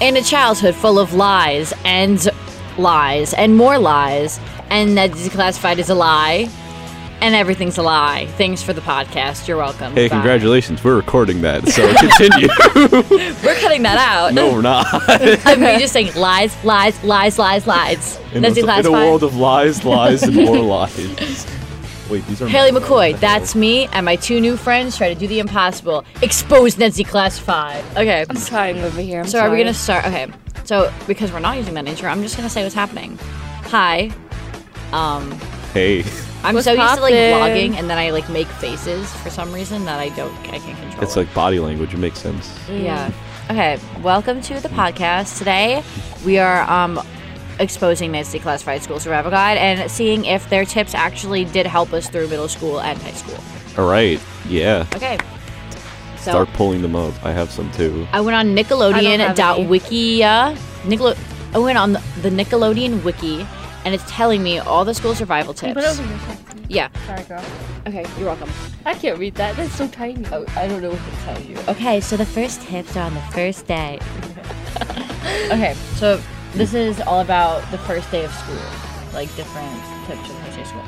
in a childhood full of lies and lies and more lies, and that is classified as a lie, and everything's a lie. Thanks for the podcast. You're welcome. Hey, Bye. congratulations. We're recording that. So continue. We're cutting that out. no, we're not. I mean, just saying lies, lies, lies, lies, lies. In, that's a, in a declassified. world of lies, lies, and more lies. Wait, these are Haley McCoy, that's me and my two new friends try to do the impossible. Expose Nancy Classified. Okay. I'm crying over here. I'm So are we sorry. gonna start? Okay. So because we're not using that intro, I'm just gonna say what's happening. Hi. Um, Hey, I'm What's so used to like poppin'? vlogging, and then I like make faces for some reason that I don't, I can't control. it's it. like body language. It makes sense. yeah. Okay. Welcome to the podcast. Today we are um exposing Nancy Classified School Survival Guide and seeing if their tips actually did help us through middle school and high school. All right. Yeah. Okay. So Start pulling them up. I have some too. I went on I don't have any. Nickelodeon.wikia. Nickel- I went on the the Nickelodeon wiki, and it's telling me all the school survival tips. Put it over here. yeah. Sorry, girl. Okay, you're welcome. I can't read that. That's so tiny. Oh, I don't know what to tell you. Okay, so the first tips are on the first day. okay, so Hmm. this is all about the first day of school, like different tips for the first day of school.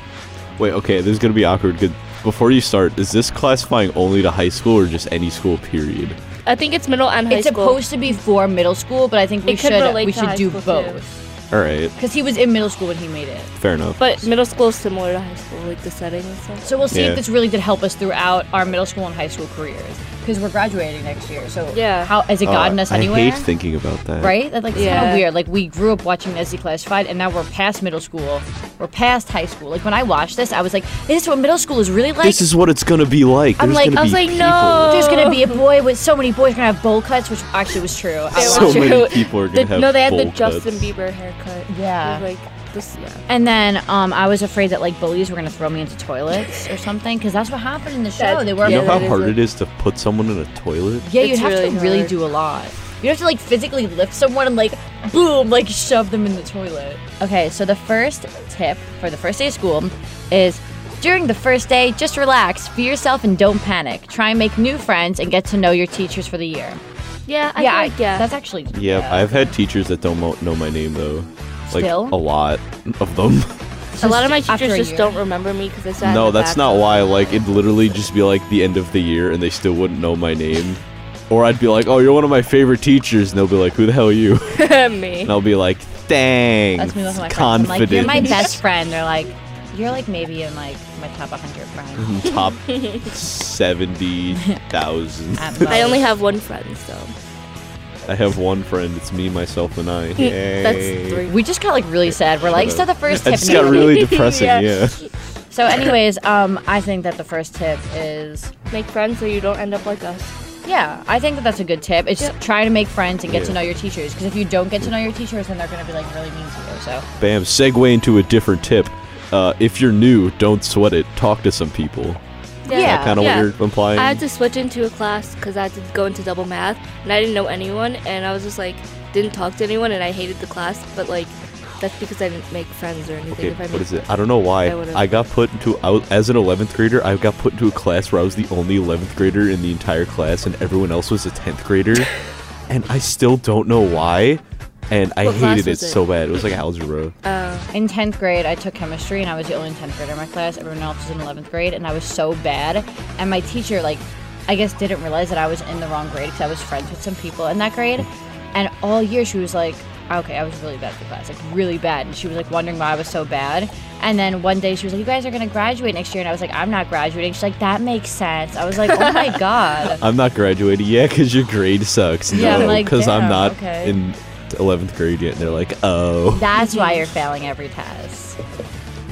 Wait, okay, this is gonna be awkward. Good. Before you start, is this classifying only to high school or just any school period? I think it's middle and high it's school. supposed to be for middle school, but I think we It could should relate we to should high do school, too. both All right, because he was in middle school when he made it. fair enough. but middle school is similar to high school, like the setting and stuff. So we'll see Yeah. if this really did help us throughout our middle school and high school careers because we're graduating next year. So Yeah. how has it Uh, gotten us anywhere? I hate thinking about that. right? That, like, it's kind Yeah. of weird. Like, we grew up watching Nessie Classified, and now we're past middle school. We're past high school. Like, when I watched this, I was like, is this what middle school is really like? This is what it's gonna be like. I'm There's like- gonna I was be like, people. no. There's gonna be a boy with so many boys gonna have bowl cuts, which actually was true. I It was So watched it. many true. people are The- gonna have no, they had the bowl Justin cuts. Bieber haircut. Yeah. It was like this. Yeah. And then um, I was afraid that like bullies were gonna throw me into toilets or something, because that's what happened in the show. That's- They were You know Yeah, how that is hard a- it is to put someone in a toilet? Yeah, you'd It's have really to really hard. do a lot. You'd have to like physically lift someone and like boom, like shove them in the toilet. Okay, so the first tip for the first day of school is during the first day, just relax, be yourself, and don't panic. Try and make new friends and get to know your teachers for the year. Yeah. I yeah, yeah. Like, yeah. that's actually Yeah, I've had teachers that don't mo- know my name though. Like Still? a lot of them. a lot of my after teachers a just year. don't remember me because I sat. in no, the that's back. not why. Like it'd literally just be like the end of the year and they still wouldn't know my name. Or I'd be like, "Oh, you're one of my favorite teachers," and they'll be like, "Who the hell are you?" me. And I'll be like, That's "Thanks, me with my friends. I'm like, you're confident." my best friend. They're like, you're like maybe in like my top 100 friends. top seventy thousand. at I most. only have one friend, so I have one friend. It's me, myself, and I. Yay. that's three. We just got like really sad. We're like, Shut so up. the first I tip. just now- got really depressing. Yeah. yeah. So, anyways, um, I think that the first tip is, Make friends so you don't end up like us. yeah, I think that that's a good tip. It's Yep. try to make friends and get to Yeah. know your teachers. Because if you don't get to know your teachers, then they're gonna be like really mean to you. So, Bam, segue into a different tip. Uh, if you're new, don't sweat it. Talk to some people. Yeah. Kind of Uh, Yeah. what you're implying. I had to switch into a class because I had to go into double math, and I didn't know anyone, and I was just like, didn't talk to anyone, and I hated the class. But like, that's because I didn't make friends or anything. okay, if I what made is it? I don't know why. I would've- I, got put into I was, as an 11th grader. I got put into a class where I was the only 11th grader in the entire class, and everyone else was a 10th grader. and I still don't know why. And I What class hated it was it? Uh. so bad. It was like algebra. in tenth grade, I took chemistry, and I was the only tenth grader in my class. Everyone else was in eleventh grade, and I was so bad. And my teacher, like, I guess didn't realize that I was in the wrong grade because I was friends with some people in that grade. And all year, she was like, "Okay, I was really bad at the class, like really bad." And she was like wondering why I was so bad. And then one day, she was like, "You guys are gonna graduate next year," and I was like, "I'm not graduating." She's like, "That makes sense." I was like, "Oh my god." I'm not graduating yet because your grade sucks. Yeah, I'm no, like, because I'm damn, not okay. in 11th grade yet. And they're like, oh. That's why you're failing every test.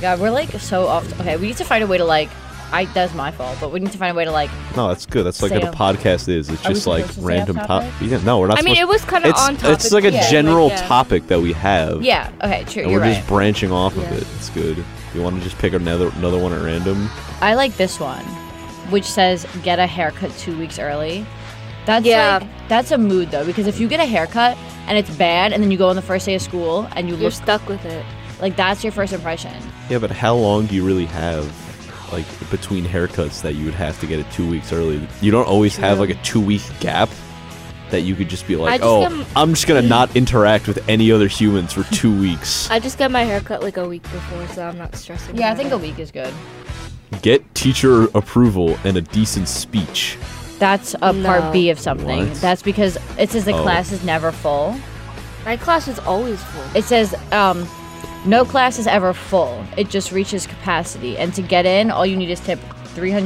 God, we're like so off. Okay, we need to find a way to like. I that's my fault, but we need to find a way to like. No, that's good. That's like what a Sam. podcast is. It's Are we just like supposed to stay off random topic? topic. Yeah, no, we're not. I mean, it supposed- was kind of It's on topic. it's like a yeah, general yeah. topic that we have. Yeah. Okay. True. and You're we're right. just branching off Yeah. of it. It's good. You want to just pick another another one at random? I like this one, which says get a haircut two weeks early. That's Yeah. like, that's a mood though, because if you get a haircut and it's bad, and then you go on the first day of school and you You're look stuck with it. like that's your first impression. Yeah, but how long do you really have, like between haircuts that you would have to get it two weeks early? You don't always have like a two week gap. that you could just be I like, just oh, am- Mm. I'm just gonna not interact with any other humans for two weeks. I just got my hair cut like a week before, so I'm not stressing. Yeah, I about think it. a week is good. Get teacher approval and a decent speech. That's a No. part B of something. What? That's because it says the Oh. class is never full. My class is always full. It says um, no class is ever full. It just reaches capacity. And to get in, all you need is tip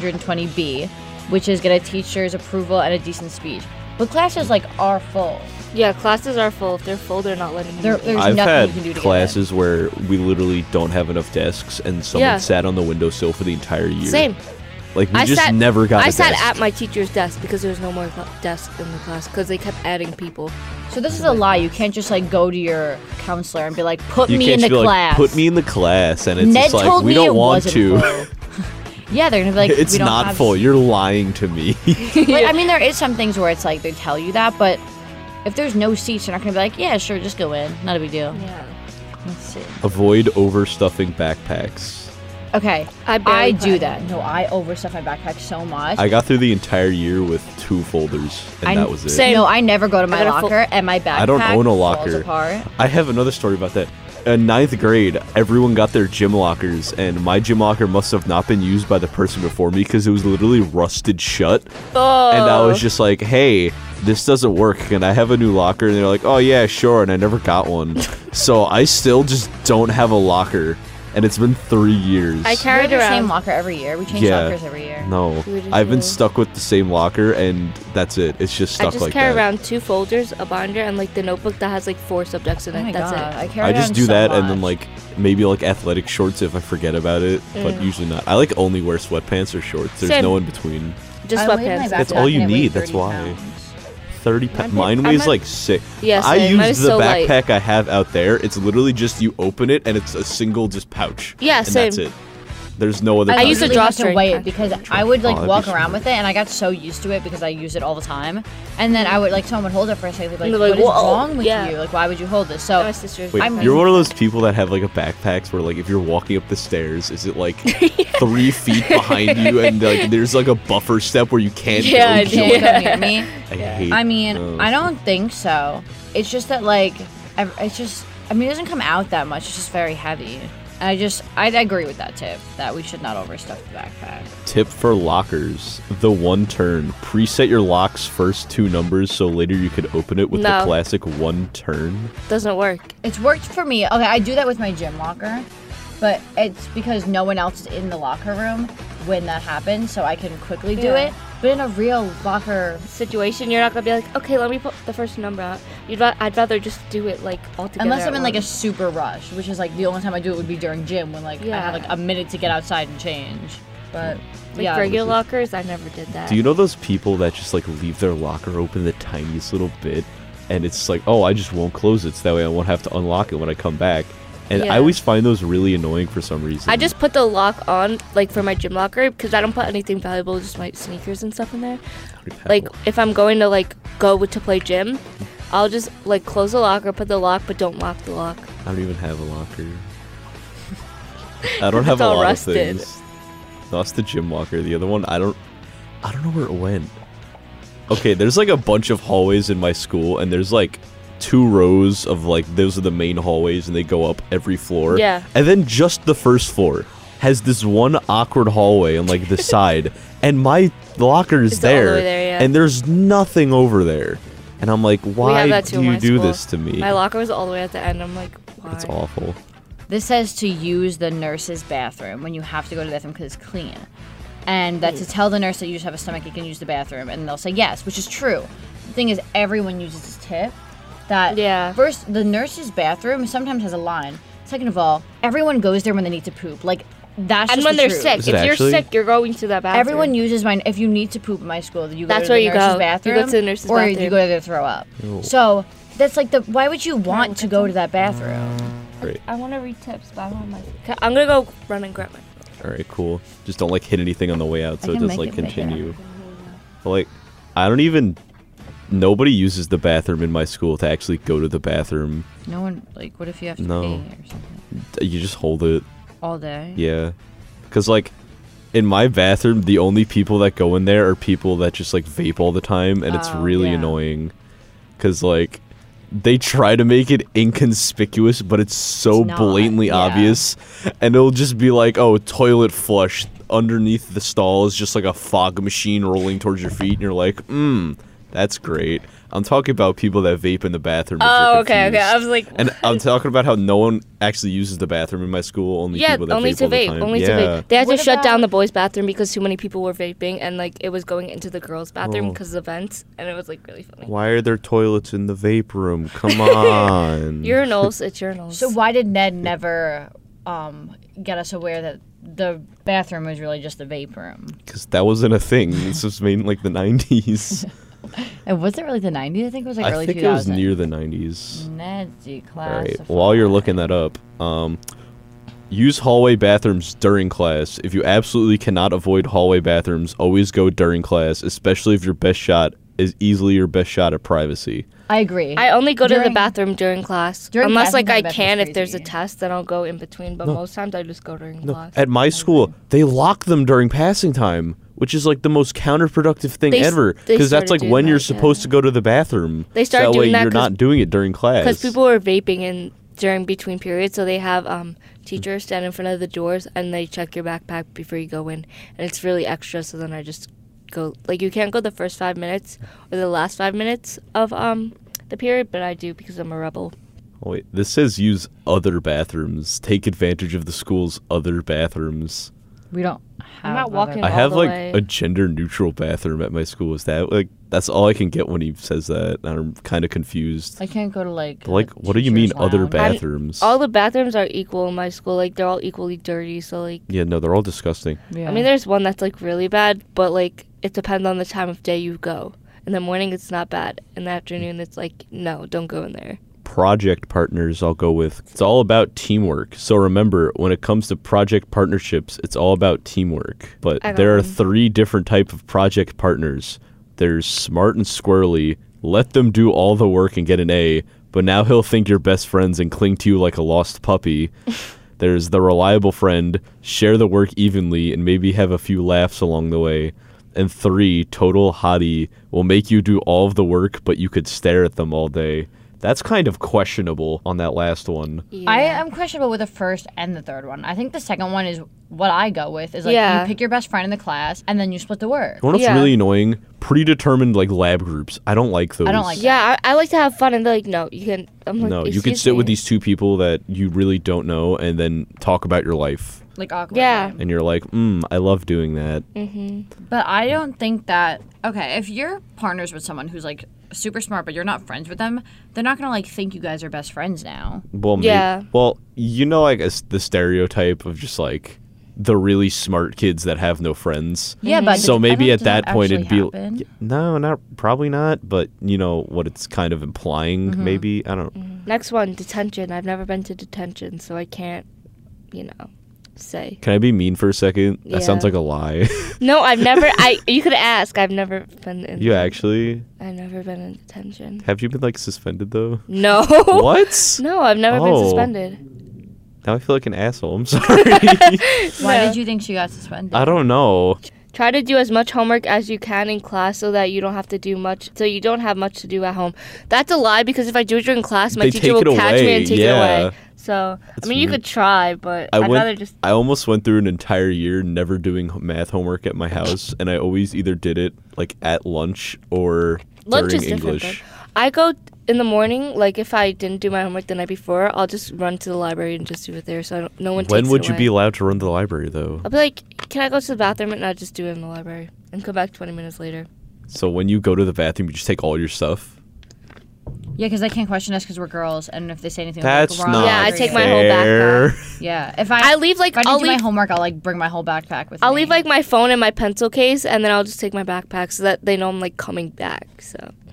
320B, which is get a teacher's approval and a decent speech. But classes like are full. Yeah, classes are full. If they're full, they're not letting me. They're- in. they're- There's I've nothing you had can do to get classes where we literally don't have enough desks, and someone Yeah. sat on the windowsill for the entire year. Same. Like we I just sat, never got. I a sat desk. at my teacher's desk because there was no more cl- desk in the class because they kept adding people. So this is a lie. You can't just like go to your counselor and be like, put You me in can't the just be class. like, put me in the class, and it's Ned just like told we me don't it want wasn't to. full. yeah, they're gonna be like, it's we don't not have full. You're lying to me. Like, I mean, there is some things where it's like they tell you that, but if there's no seats, you're not gonna be like, yeah, sure, just go in. Not a big deal. Yeah. Let's see. Avoid overstuffing backpacks. Okay, I I barely put do it that. No, I overstuff my backpack so much. I got through the entire year with two folders, and I- that was it. same. no, I never go to my got a full- locker, and my backpack I don't own a falls locker. apart. I have another story about that. In ninth grade, everyone got their gym lockers, and my gym locker must have not been used by the person before me because it was literally rusted shut. Oh. And I was just like, hey, this doesn't work. Can I have a new locker? And they're like, oh, yeah, sure. And I never got one. so I still just don't have a locker. And it's been three years. We I have carried the around. same locker every year. We change Yeah. lockers every year. No. What did I've you- been stuck with the same locker, and that's it. It's just I stuck just like carry that. around two folders, a binder, and like the notebook that has like four subjects in Oh it. my That's god, it. I carry I just around do so that and then much. like maybe like athletic shorts if I forget about it, but Mm. usually not. I like only wear sweatpants or shorts. There's Same. no in between. Just I weighed my sweatpants. That's backpack all you and it weighed need, that's 30 why. pounds. Thirty pounds. Mine- Mine I weighs might- like six. Yeah, I same. use Mine is the so light. backpack I have out there. It's literally just you open it and it's a single just pouch. Yeah, and That's same. it. There's no other. I pouch. used used to to draw have to string. weigh it because I would like Oh, that'd be walk around smart. with it, and I got so used to it because I use it all the time. And then I would like someone would hold it for a second, they'd And be they're like, like, "What is "Whoa." wrong with Yeah. you? Like, why would you hold this?" So My sister's. Wait, I'm- you're one of those people that have like a backpacks where like if you're walking up the stairs, is it like three feet behind you and like there's like a buffer step where you can't Yeah, I go? you can't jump? come near me. I hate. I mean, those. I don't think so. It's just that like, I- it's just. I mean, it doesn't come out that much. It's just very heavy. And I just, I agree with that tip that we should not overstuff the backpack. Tip for lockers: the one turn. Preset your lock's first two numbers so later you could open it with the No. classic one turn. Doesn't work. It's worked for me. Okay, I do that with my gym locker, but it's because no one else is in the locker room when that happens, so I can quickly do Yeah. it. But in a real locker, Situation, you're not gonna be like, okay, let me put the first number out. You'd, ra- I'd rather just do it like all together. unless at I'm in like a once. super rush, which is like the only time I do it would be during gym when like I Yeah. have like a minute to get outside and change. But like yeah, regular lockers. I never did that. Do you know those people that just like leave their locker open the tiniest little bit, and it's like, oh, I just won't close it. So that way I won't have to unlock it when I come back. And Yeah. I always find those really annoying for some reason. I just put the lock on, like for my gym locker, because I don't put anything valuable, just my sneakers and stuff in there. Oh. Like if I'm going to like go to play gym, I'll just like close the locker, put the lock, but don't lock the lock. I don't even have a locker. I don't have It's a all lot rusted. of things. That's the gym locker. The other one, I don't, I don't know where it went. Okay, there's like a bunch of hallways in my school, and there's like two rows of like those are the main hallways, and they go up every floor. Yeah. And then just the first floor has this one awkward hallway on like the side, and my locker is It's all the way there, there, yeah. and there's nothing over there, and I'm like, why that too do in you my do school. this to me? My locker was all the way at the end. I'm like, why? it's awful. This says to use the nurse's bathroom when you have to go to the bathroom because it's clean. And that to tell the nurse that you just have a stomach ache and use the bathroom. And they'll say yes, which is true. The thing is, everyone uses this tip. That Yeah. first, the nurse's bathroom sometimes has a line. Second of all, everyone goes there when they need to poop. Like, that's And just when the they're truth. sick, Is if it you're actually? sick, you're going to that bathroom. Everyone uses my. If you need to poop in my school, you go That's to where the you nurse's go. You go bathroom. to the nurse's or you bathroom. go there to throw up. So that's like the. Why would you want to go to that bathroom? Great. I want to read tips, but I don't have my. Okay, I'm gonna go run and grab my. All right, cool. Just don't like hit anything on the way out, so it can does make like it- make it continue. But, like, I don't even. Nobody uses the bathroom in my school to actually go to the bathroom. No one. Like, what if you have to No. pee or something? You just hold it, All day. yeah. Because like, in my bathroom, the only people that go in there are people that just like vape all the time, and it's Oh, really yeah. annoying. because like they try to make it inconspicuous, but it's so It's not, blatantly yeah. obvious, and it'll just be like, oh, toilet flush underneath the stall is just like a fog machine rolling towards your feet, and you're like, hmm, that's great. I'm talking about people that vape in the bathroom. if you're Oh, okay, okay. confused. I was like, And I'm talking about how no one actually uses the bathroom in my school. Only yeah, people that only vape to all the vape, time. only to Yeah. vape. They had What to shut down about- the boys' bathroom because too many people were vaping, and like it was going into the girls' Oh. bathroom because of the vents, and it was like really funny. Why are there toilets in the vape room? Come on. Urinals, it's urinals. So why did Ned never um, get us aware that the bathroom was really just the vape room? Because that wasn't a thing. This was made in like the 90s. It wasn't really the 90s. I think it was like I early think 2000s. it was near the 90s. Ned declassified. All right. While you're looking that up, um, use hallway bathrooms during class. If you absolutely cannot avoid hallway bathrooms, always go during class, especially if your best shot is easily your best shot at privacy. I agree. I only go to During- the bathroom during class, During unless class, like no, I that's can. just If there's a crazy. test, then I'll go in between. But most times I just go during class. At my school, they lock them during passing time, which is like the most counterproductive thing They s- ever. they Because that's started like doing when that, you're supposed yeah. to go to the bathroom. They so started that way doing that you're 'cause- not doing it during class. because people were vaping in during between periods, so they have um teachers stand in front of the doors and they check your backpack before you go in, and it's really extra. So then I just go like you can't go the first five minutes or the last five minutes of um the period, but I do because I'm a rebel. Oh, wait, this says use other bathrooms. Take advantage of the school's other bathrooms. we don't. Have not other- walking I All have the like way. a gender neutral bathroom at my school. Is that like that's all I can get when he says that? and I'm kind of confused. I can't go to like. the Like, what do you mean teacher's other lounge. I'm- bathrooms? All the bathrooms are equal in my school. Like they're all equally dirty. So like yeah, no, they're all disgusting. Yeah. I mean, there's one that's like really bad, but like it depends on the time of day you go. In the morning, it's not bad. In the afternoon, it's like no, don't go in there. project partners I'll go with. It's all about teamwork. So remember, when it comes to project partnerships, it's all about teamwork. But I got there are one. three different type of project partners. There's smart and squirrely. Let them do all the work and get an A, but now he'll think you're best friends and cling to you like a lost puppy. There's the reliable friend, share the work evenly and maybe have a few laughs along the way. And three, total hottie will make you do all of the work, but you could stare at them all day. That's kind of questionable on that last one. I am questionable with the first and the third one. I think the second one is what I go with is like Yeah. you pick your best friend in the class and then you split the work. You know what's Yeah. really annoying? Predetermined like lab groups. I don't like those. don't like yeah, I, I like to have fun, and they're like, no, you can. I'm like, No, you can "Excuse sit with me." these two people that you really don't know and then talk about your life. Like awkward. Yeah. And you're like, mm, I love doing that. But I don't think that okay, if you're partners with someone who's like super smart but you're not friends with them, they're not gonna like think you guys are best friends now. Well, may- Yeah. well, you know, like it's the stereotype of just like the really smart kids that have no friends. Yeah, but So I maybe don't- at does that point it'd be actually happen? y- no, not probably not, but you know what it's kind of implying. Maybe I don't. Next one, detention. I've never been to detention, so I can't, you know, say. Can I be mean for a second? That sounds Yeah. like a lie. No, I've never. I you could ask. I've never been in. you actually I've never been in detention. have you been like suspended though? No. What? No, I've never Oh. been suspended. Now I feel like an asshole. I'm sorry. Why No. did you think she got suspended? I don't know. Try to do as much homework as you can in class so that you don't have to do much, so you don't have much to do at home. That's a lie because if I do it during class, my They teacher take will it catch me away, and take yeah. it away. So, That's I mean, you weird. could try, but I I'd went, rather just. I almost went through an entire year never doing h- math homework at my house, and I always either did it like at lunch or Lunch during is different. English. though. I go in the morning, like if I didn't do my homework the night before, I'll just run to the library and just do it there so I don't, no one When takes would it you away. be allowed to run to the library though? I'll be like, can I go to the bathroom and I just do it in the library and come back 20 minutes later? So when you go to the bathroom, you just take all your stuff. Yeah, because they can't question us because we're girls, and if they say anything, That's like, wrong, not Yeah, I we're take gonna- my whole fair. Yeah, if I I leave like if I didn't I'll do leave my homework, I'll like bring my whole backpack with I'll me. leave like my phone and my pencil case, and then I'll just take my backpack so that they know I'm like coming back. So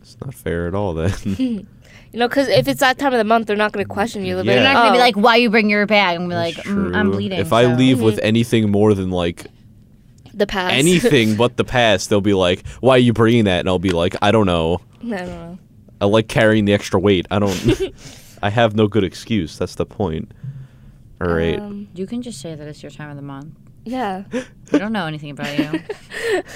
It's not fair at all. Then you know, because if it's that time of the month, they're not gonna question you. They're Yeah. They're not like, gonna be "Oh." like, "Why you bring your bag?" I'm gonna be like, True. mm, "I'm bleeding." If I so- leave with anything more than like "Oh, the past. anything but the past, they'll be like, "Why are you bringing that?" And I'll be like, "I don't know. I don't know. I like carrying the extra weight. I don't. I have no good excuse. That's the point." All right. Um, you can just say that it's your time of the month. yeah. We don't know anything about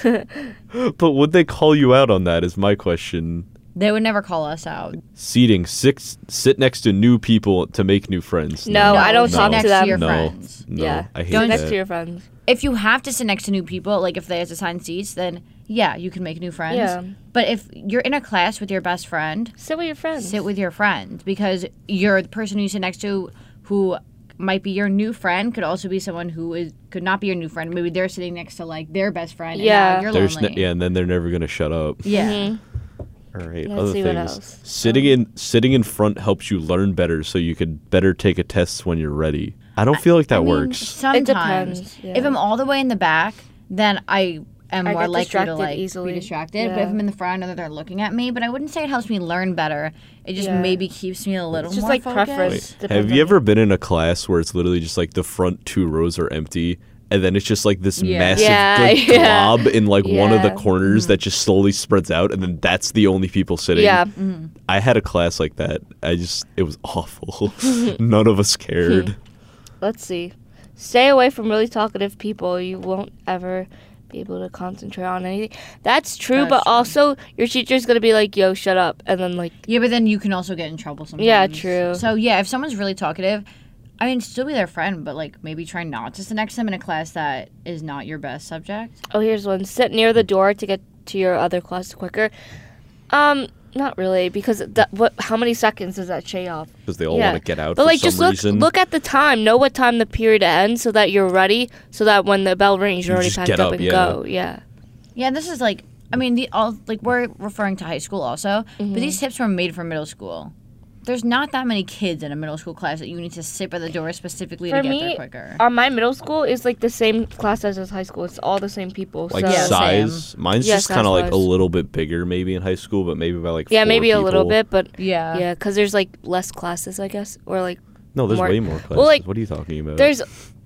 you. But would they call you out on that? Is my question. They would never call us out. Seating six. Sit next to new people to make new friends. No, I don't sit talk next to them. your no, friends. No, yeah. I hate Don't- next that. to your friends. If you have to sit next to new people, like if they have to sign seats, then yeah, you can make new friends. Yeah. But if you're in a class with your best friend, Sit with your friends. sit with your friend because you're the person who you sit next to who might be your new friend could also be someone who is could not be your new friend. Maybe they're sitting next to like their best friend. and Yeah. Mm-hmm. now you're There's lonely. ne- yeah, and then they're never gonna shut up. yeah. All right, Let's other see things. what else. Sitting in sitting in front helps you learn better, so you could better take a test when you're ready. I don't feel like that works. Sometimes, depends, yeah. if I'm all the way in the back, then I am I more likely get to distracted like easily. be distracted. But if Yeah. I'm in the front, I know that they're looking at me. But I wouldn't say it helps me learn better. It just Yeah. maybe keeps me a little It's just more like focused. preference. Have depends you on ever been in a class where it's literally just like the front two rows are empty, and then it's just like this Yeah. massive Yeah, like, yeah. glob in like one of the Yeah. Mm-hmm. corners that just slowly spreads out, and then that's the only people sitting? Mm-hmm. Yeah. I had a class like that. I just it was awful. None of us cared. Let's see. Stay away from really talkative people. You won't ever be able to concentrate on anything. That's true, That's but true. also your teacher's gonna be like, "Yo, shut up," and then like, Yeah, but then you can also get in trouble sometimes. Yeah, true. So yeah, if someone's really talkative, I mean, still be their friend, but like maybe try not to sit next to them in a class that is not your best subject. "Oh, here's one. Sit near the door to get to your other class quicker." Um, not really, because that, what? How many seconds does that shave off? because they all Yeah. want to get out. But for like, some just look reason. look at the time. Know what time the period ends, so that you're ready. So that when the bell rings, you're You already just packed get up, up, and yeah. go. Yeah. Yeah, this is like, I mean, the all like we're referring to high school also, but these Mm-hmm. tips were made for middle school. There's not that many kids in a middle school class that you need to sit by the door specifically For to get there me, quicker. Uh, my middle school is like the same class as his high school. It's all the same people. like so. Yeah, size. Mine's Yeah, just kind of like a size-wise. little bit bigger, maybe in high school, but maybe by like Yeah, four maybe a little people. bit, but yeah. yeah, because there's like less classes, I guess, or like No, there's more. way more classes. Well, like, what are you talking about? there's.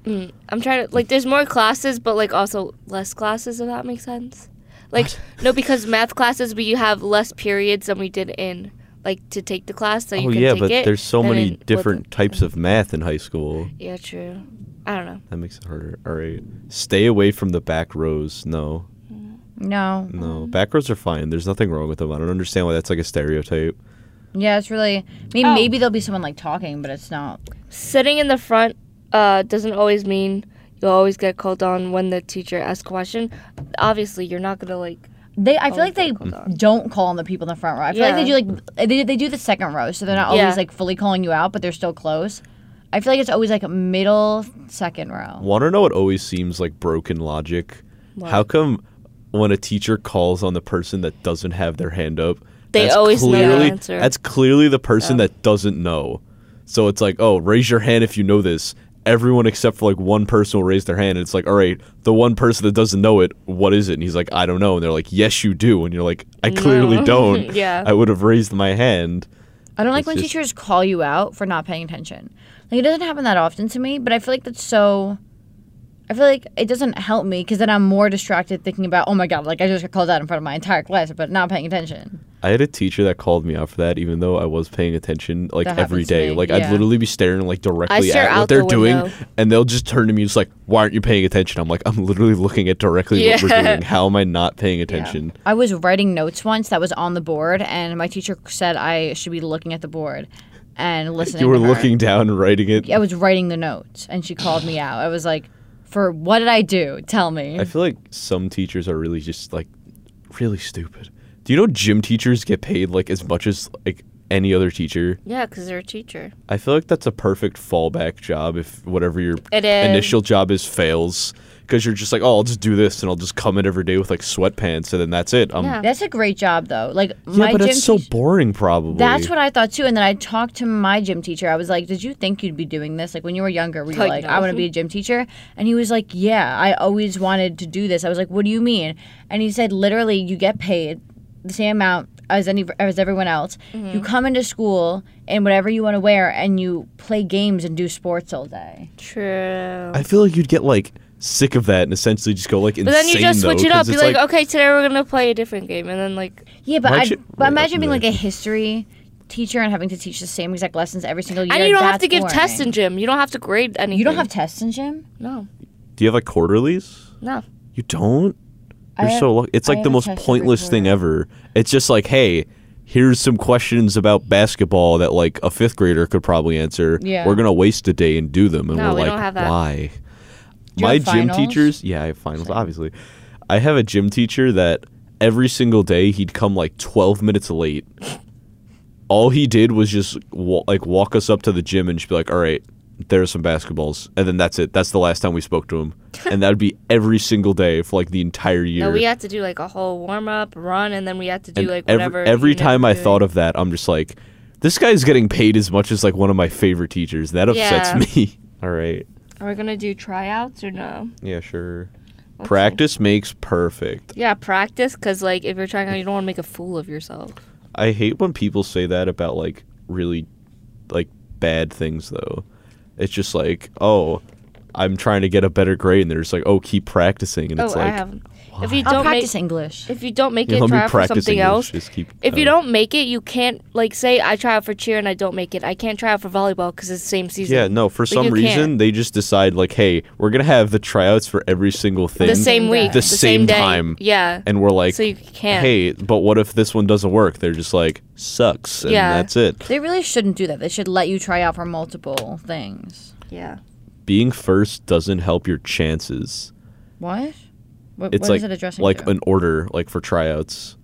Mm, I'm trying to like there's more classes, but like also less classes. If that makes sense. Like no, because math classes we have less periods than we did in like to take the class, so you oh can yeah, take but it, there's so and many then with- different types of math in high school. Yeah, true. I don't know. That makes it harder. All right, stay away from the back rows. No, No. no, Mm-hmm. back rows are fine. There's nothing wrong with them. I don't understand why that's like a stereotype. Yeah, it's really. I mean, Oh. maybe there'll be someone like talking, but it's not. Sitting in the front uh, doesn't always mean you'll always get called on when the teacher asks a question. Obviously, you're not gonna like They. I feel like they hold on. don't call on the people in the front row. I feel like they do Oh, Yeah. like they, they do the second row, so they're not Yeah. always like fully calling you out, but they're still close. I feel like it's always like middle second row. Want to know what always seems like broken logic? How come when a teacher calls on the person that doesn't have their hand up, They that's always know the clearly, answer. That's clearly the person that doesn't know. So it's like, oh, raise your hand if you know this. Everyone except for like one person will raise their hand, and it's like, all right, the one person that doesn't know it, what is it? And he's like, I don't know. And they're like, yes, you do. And you're like, I clearly don't. Yeah. I would have raised my hand. I don't like It's when just- teachers call you out for not paying attention. Like it doesn't happen that often to me, but I feel like that's so. I feel like it doesn't help me because then I'm more distracted thinking about oh my god, like I just got called out in front of my entire class, but not paying attention. I had a teacher that called me out for that, even though I was paying attention like That every happens to day. me, Like yeah. I'd literally be staring like directly stare at what out they're the doing, window. and they'll just turn to me, just like, "Why aren't you paying attention?" I'm like, "I'm literally looking at directly what we're Yeah. doing. How am I not paying Yeah. attention?" I was writing notes once that was on the board, and my teacher said I should be looking at the board and listening. You were to her. looking down, and writing it. I was writing the notes, and she called me out. I was like, "For what did I do? Tell me." I feel like some teachers are really just like really stupid. Do you know gym teachers get paid like as much as like any other teacher? Yeah, because they're a teacher. I feel like that's a perfect fallback job if whatever your It is. initial job is fails. Because you're just like, oh, I'll just do this and I'll just come in every day with like sweatpants and then that's it. I'm, Yeah. That's a great job, though. Like Yeah, my but gym it's so teacher- boring, probably. That's what I thought too. And then I talked to my gym teacher. I was like, "Did you think you'd be doing this? Like when you were younger, were you Like, like, no. I want to be a gym teacher?" And he was like, "Yeah, I always wanted to do this." I was like, "What do you mean?" And he said, "Literally, you get paid the same amount as any as everyone else. Mm-hmm. You come into school in whatever you want to wear, and you play games and do sports all day." True. I feel like you'd get like sick of that and essentially just go like insane. But then you just switch though, it up. 'cause Be it's like, okay, today we're gonna play a different game, and then like Yeah, but, Why'd I'd, you- but Wait, imagine being like okay. a history teacher and having to teach the same exact lessons every single year. and you don't have That's to give tests boring. in gym. You don't have to grade anything. You don't have tests in gym. no, do you have like quarterlies? no. You don't. I You're have- so lucky. It's I like have the a most test every pointless thing ever. It's just like, hey, here's some questions about basketball that like a fifth grader could probably answer. Yeah. We're gonna waste a day and do them, and No, we're we like, don't have that. why? Do you My have gym finals? teachers, yeah, I have finals, obviously. I have a gym teacher that every single day he'd come like 12 minutes late. All he did was just wa- like walk us up to the gym and just be like, "All right, there's some basketballs," and then that's it. That's the last time we spoke to him, and that'd be every single day for like the entire year. No, we had to do like a whole warm up run, and then we had to do And like ev- whatever. every unit time we're I doing. thought of that, I'm just like, this guy's getting paid as much as like one of my favorite teachers. That upsets Yeah. me. All right. are we gonna do tryouts or no? Yeah, sure. Let's see. Practice makes perfect. Yeah, practice, cause like if you're trying out, you don't want to make a fool of yourself. I hate when people say that about like really like bad things though. It's just like, oh, I'm trying to get a better grade, and they're just like, oh, keep practicing, and Oh, it's like, I have. If you I'll don't make, practice English. if you don't make you it, know, let try me out for practice something English. else. Just keep. If you uh, don't make it, you can't like say I try out for cheer and I don't make it. I can't try out for volleyball because it's the same season. Yeah, no. For some you can't. reason, they just decide like, hey, we're gonna have the tryouts for every single thing. the same Same week, day. The same, same day. time. Yeah, and we're like, so you can't. hey, but what if this one doesn't work? They're just like, sucks, and Yeah. that's it. They really shouldn't do that. They should let you try out for multiple things. Yeah, Being first doesn't help your chances. What? What, It's what like is it addressing? like to? an order, like for tryouts.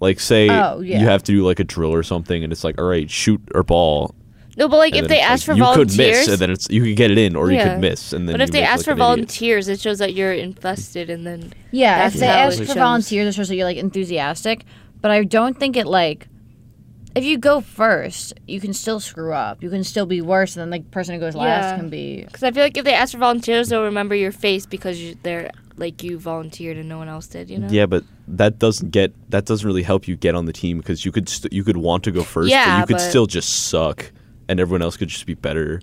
Like say Oh, yeah. you have to do like a drill or something, and it's like, all right, shoot or ball. no, but like and if then they it's ask like, for you volunteers, could miss, and then it's you could get it in or you Yeah. could miss, and then. but if you they look ask like for an idiot. volunteers, it shows that you're invested, and then Yeah, That's if they how ask it for shows. volunteers, it shows that you're like enthusiastic. But I don't think it like if you go first, you can still screw up. You can still be worse, and then like person who goes last Yeah. can be. because I feel like if they ask for volunteers, they'll remember your face because you, they're like you volunteered and no one else did. You know. Yeah, but that doesn't get that doesn't really help you get on the team because you could st- you could want to go first, but Yeah, you could but- still just suck, and everyone else could just be better.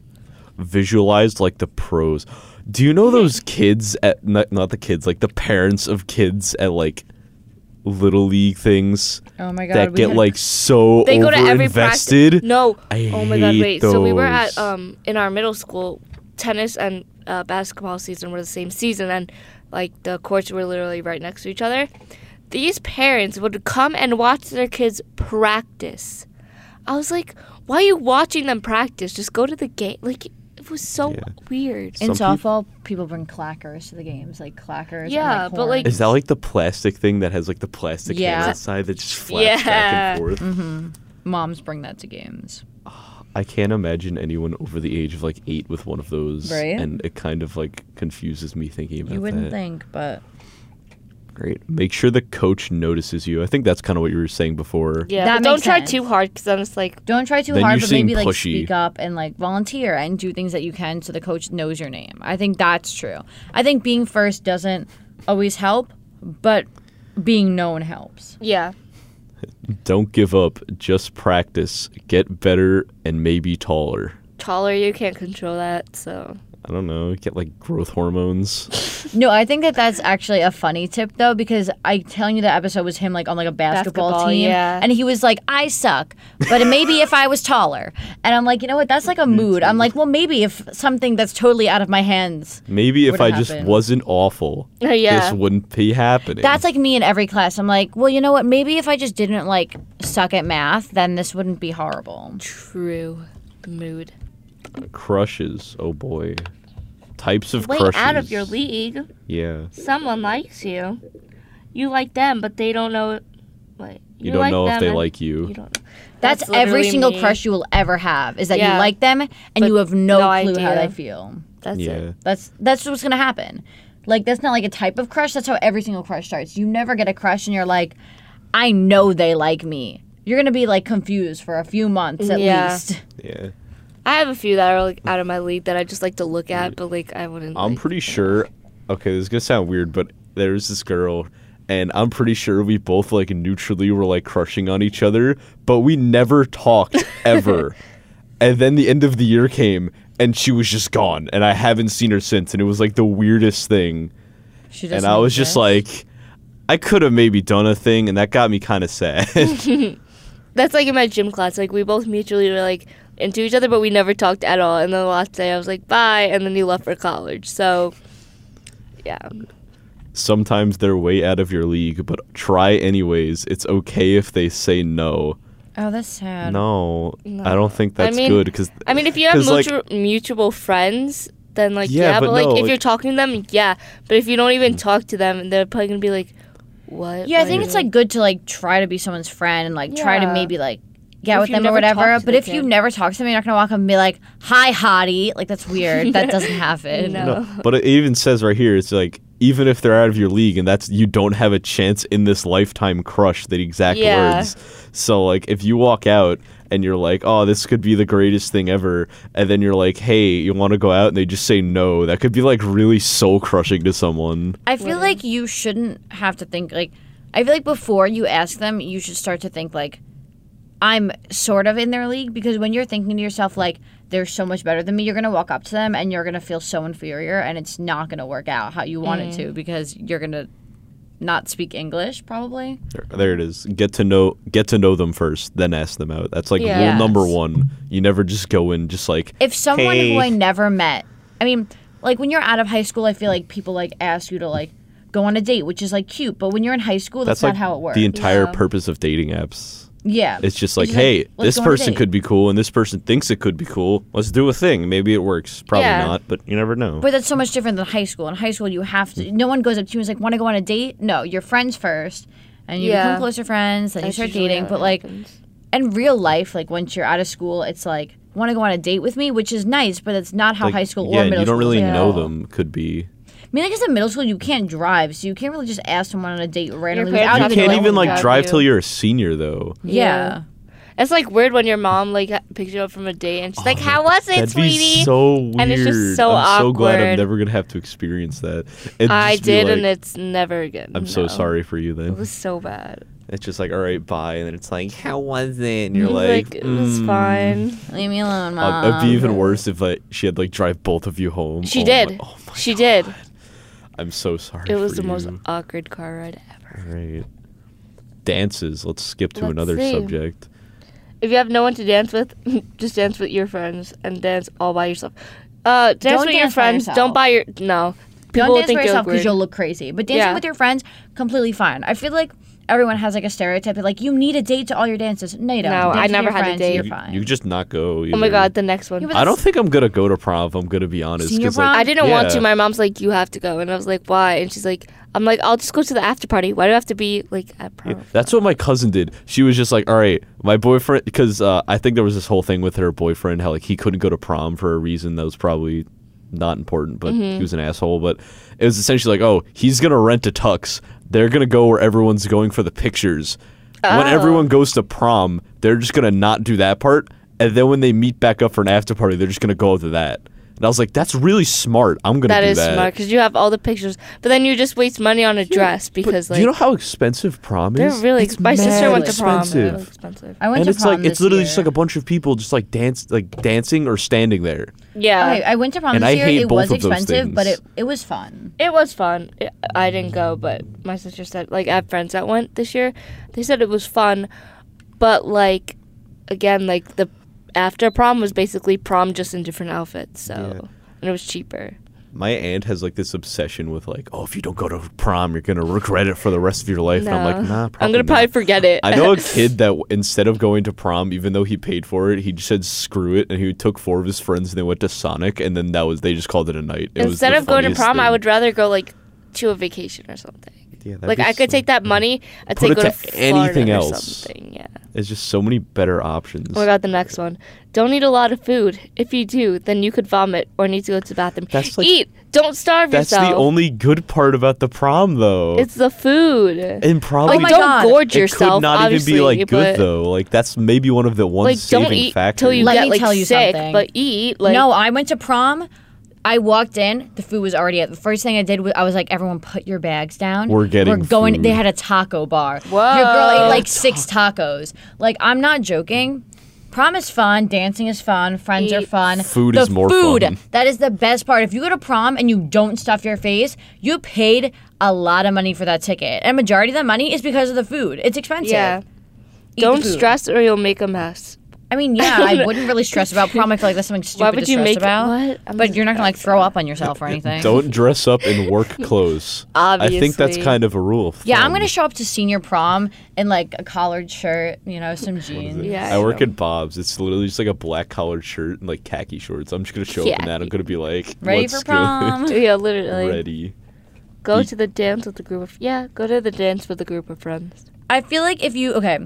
Visualized like the pros. Do you know those kids at not, not the kids like the parents of kids at like little league things Oh my god, that get like so They go to every practice. overinvested? No. I oh my god, hate wait. So we were at those. um in our middle school, tennis and uh, basketball season were the same season, and like the courts were literally right next to each other. These parents would come and watch their kids practice. I was like, why are you watching them practice? Just go to the game. Like it was so Yeah. weird. in some peop- softball, people bring clackers to the games, like clackers. Yeah, and, like, but, like- horns. Is that like the plastic thing that has like the plastic Yeah. hands inside that just flaps back Yeah. and forth? moms bring that to games. I can't imagine anyone over the age of like eight with one of those, Right? and it kind of like confuses me thinking about You wouldn't that. think, but Great. Make sure the coach notices you. I think that's kind of what you were saying before. yeah, That but don't makes try sense. too hard because then it's like don't try too Then hard. you But maybe seem like pushy. speak up and like volunteer and do things that you can so the coach knows your name. I think that's true. I think being first doesn't always help, but being known helps. yeah. Don't give up. Just practice. Get better and maybe taller. Taller, you can't control that. So I don't know. Get like growth hormones. No, I think that that's actually a funny tip though, because I telling you that episode was him like on like a basketball, Basketball, team, yeah. and he was like, "I suck," but maybe if I was taller, and I'm like, you know what? That's like a mood. I'm like, well, maybe if something that's totally out of my hands. Maybe if Would've I just happened. wasn't awful, yeah. this wouldn't be happening. That's like me in every class. I'm like, well, you know what? Maybe if I just didn't like suck at math, then this wouldn't be horrible. True. Mood. crushes. Oh boy. Types of Way crushes. out of your league. Yeah. Someone likes you. You like them, but they don't know. Wait, You, don't know if they like you. You don't. Know. That's, every single crush you will ever have is that Yeah. you like them and you have no, no clue how idea. they feel. That's yeah. it. That's that's what's gonna happen. Like that's not like a type of crush. That's how every single crush starts. You never get a crush and you're like, I know they like me. You're gonna be like confused for a few months at Yeah. least. Yeah. I have a few that are like out of my league that I just like to look at, but like I wouldn't. Mm. I'm like- pretty sure. Okay, this is gonna sound weird, but there's this girl, and I'm pretty sure we both like neutrally were like crushing on each other, but we never talked ever. and then the end of the year came, and she was just gone, and I haven't seen her since, and it was like the weirdest thing. She And doesn't I was just exist. like, I could have maybe done a thing, and that got me kind of sad. That's like in my gym class. Like we both mutually were like into each other, but we never talked at all. And then the last day, I was like, bye, and then you left for college. So, yeah. Sometimes they're way out of your league, but try anyways. It's okay if they say no. Oh, that's sad. No, I No. don't think that's I mean, good because I mean, if you have 'cause, like- mutual, mutual friends, then like Yeah, yeah, but but, like no, if like- Mm. you're talking to them, yeah. But if you don't even talk to them, they're probably gonna be like, "What?" Yeah, I Why think you it's like good to like try to be someone's friend and like try to Yeah. maybe like get If with you them or never whatever. talk to But the if you kid. never talk to them, you're not gonna walk up and be like, "Hi, hottie." Like that's weird. that doesn't happen. No. No, but it even says right here, it's like even if they're out of your league and that's you don't have a chance in this lifetime crush, the exact Yeah. words. So like if you walk out and you're like, Oh, this could be the greatest thing ever and then you're like, Hey, you wanna go out and they just say no, that could be like really soul crushing to someone. I feel like you shouldn't have to think like. I feel like before you ask them, you should start to think like, I'm sort of in their league because when you're thinking to yourself like they're so much better than me, you're gonna walk up to them and you're gonna feel so inferior and it's not gonna work out how you want it Mm. to because you're gonna not speak English probably. There, there it is. Get to know get to know them first, then ask them out. That's like rule Yes. number one. You never just go in just like if someone Hey. who I never met, I mean, like when you're out of high school, I feel like people like ask you to like go on a date, which is like cute. But when you're in high school, that's, that's like not how it works. the entire Yeah. purpose of dating apps. yeah, It's just like, just like, hey, let's this go on a person date. could be cool, and this person thinks it could be cool. Let's do a thing. Maybe it works. Probably Yeah. not, but you never know. but that's so much different than high school. In high school, you have to. No one goes up to you and is like, "Want to go on a date?" No, you're friends first, and you Yeah. become closer friends. Then you That's start usually dating. how it But like happens. in real life, like once you're out of school, it's like, "Want to go on a date with me?" Which is nice, but it's not how Like, high school yeah, or and middle you don't school. really is. know Yeah. them. Could be. I mean, I guess in middle school you can't drive, so you can't really just ask someone on a date randomly. parents without have You to can't go even and like grab drive you. till you're a senior though. Yeah. it's like weird when your mom like ha- picks you up from a date and she's like, "How was it, Oh, That'd sweetie?" be so weird. And it's just so I'm so glad I'm awkward. never gonna have to experience that. It'd I just be did, like, and it's never again. I'm so No. sorry for you. It Then was so bad. it's just like, all right, bye, and then it's like, how was it? And It you're was like, like, it was mm. fine. Leave me alone, Um, mom. it'd be even worse if like she had like drive both of you home. She Oh my- did. oh my she God. did. I'm so sorry. It was for the most you. awkward car ride ever. Right. Dances. Let's skip to Let's another see. subject. If you have no one to dance with, just dance with your friends and dance all by yourself. Uh, dance Don't with your dance by friends. yourself. Don't buy your no. People Don't will dance think by you're yourself because weird. you'll look crazy. But dancing Yeah. with your friends, completely fine. I feel like everyone has like a stereotype that like you need a date to all your dances. No, you don't. No, Dance I with never your had a friends, date. You're You- fine. You could just not go. Oh my either. god, the next one. Yeah, but I don't think I'm gonna go to prom. I'm gonna be honest. Senior 'cause, like, prom? I didn't want yeah. to. My mom's like, you have to go, and I was like, why? And she's like, I'm like, I'll just go to the after party. Why do I have to be like at prom? That's what my cousin did. She was just like, "All right, my boyfriend," because uh, I think there was this whole thing with her boyfriend, how like he couldn't go to prom for a reason that was probably not important, but he Mm-hmm. was an asshole. But it was essentially like, "Oh, he's gonna rent a tux. They're gonna go where everyone's going for the pictures. Oh. When everyone goes to prom, they're just gonna not do that part, and then when they meet back up for an after party, they're just gonna go to that." And I was like, "That's really smart. I'm gonna That do is smart that." 'cause smart because you have all the pictures, but then you just waste money on a dress But because like do you know how expensive prom they're is? really. It's my sister mad went to prom. They're expensive. really expensive. I went and to it's prom like it's this literally year. just like a bunch of people just like dance like dancing or standing there Yeah, Okay, I went to prom And this I year. hate it both was of those expensive, but things. it it was fun. It was fun. It, I didn't go, but my sister said, like, I have friends that went this year. They said it was fun, but, like, again, like, the after prom was basically prom just in different outfits, so. And it was cheaper. my aunt has like this obsession with like oh if you don't go to prom you're gonna regret it for the rest of your life and i'm like nah probably I'm gonna not." probably forget it. I know a kid that w- instead of going to prom, even though he paid for it, he just said screw it, and he took four of his friends and they went to Sonic, and then that was they just called it a night. It was Instead the of going to funniest prom, I thing. would rather go, like, to a vacation or something. Yeah, that'd Like, be I could so- take that money, I'd Put say it go to to, Florida anything or else. something, yeah. There's just so many better options. Oh my god, the next one. Don't eat a lot of food. If you do, then you could vomit or need to go to the bathroom. That's like- eat. Don't starve That's yourself. the only good part about the prom, though. It's Oh the food. and prom. like my don't God. gorge it yourself. could not even obviously, be like good but, though. Like that's maybe one of the one Like saving don't eat factors. till you Let get me like tell you sick, something. but eat. Like no, I went to prom. I walked in. The food was already out. The first thing I did was I was like, "Everyone, put your bags down. We're getting We're going. food." They had a taco bar. Your girl ate like six tacos. Like I'm not joking. Prom is fun. Dancing is fun. Friends are Eat. fun. Food the is more food, fun. That is the best part. If you go to prom and you don't stuff your face, you paid a lot of money for that ticket, and majority of the money is because of the food. It's expensive. yeah. Eat the Don't food. stress or you'll make a mess. I mean, yeah, I wouldn't really stress about prom. I feel like that's something stupid Why would to you stress make about. what? I'm But just- you're not gonna like throw up on yourself or anything. Don't dress up in work clothes. I think that's Obviously. kind of a rule. of Yeah, I'm thumb. gonna show up to senior prom in like a collared shirt, you know, some jeans. Yeah, I I work know. at Bob's. It's literally just like a black collared shirt and like khaki shorts. I'm just gonna show up in that. I'm gonna be like, Ready "What's for prom? Yeah, literally. Good? Ready. Go Ye- to the dance with a group of yeah. Go to the dance with a group of friends. I feel like if you okay,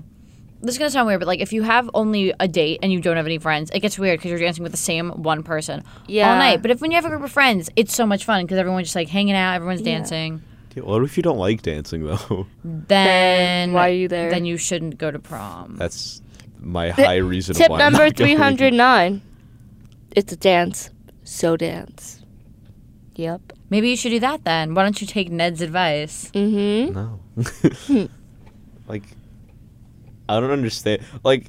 this is gonna sound weird, but like if you have only a date and you don't have any friends, it gets weird because you're dancing with the same one person all Yeah. night. But if when you have a group of friends, it's so much fun because everyone's just like hanging out, everyone's dancing. Yeah, What if you don't like dancing though? Then why are you there? Then you shouldn't go to prom. That's my high reason. Tip why I'm number not going. three hundred nine. It's a dance, so dance. Yep. Maybe you should do that then. Why don't you take Ned's advice? Mm-hmm. No. like, I don't understand. Like,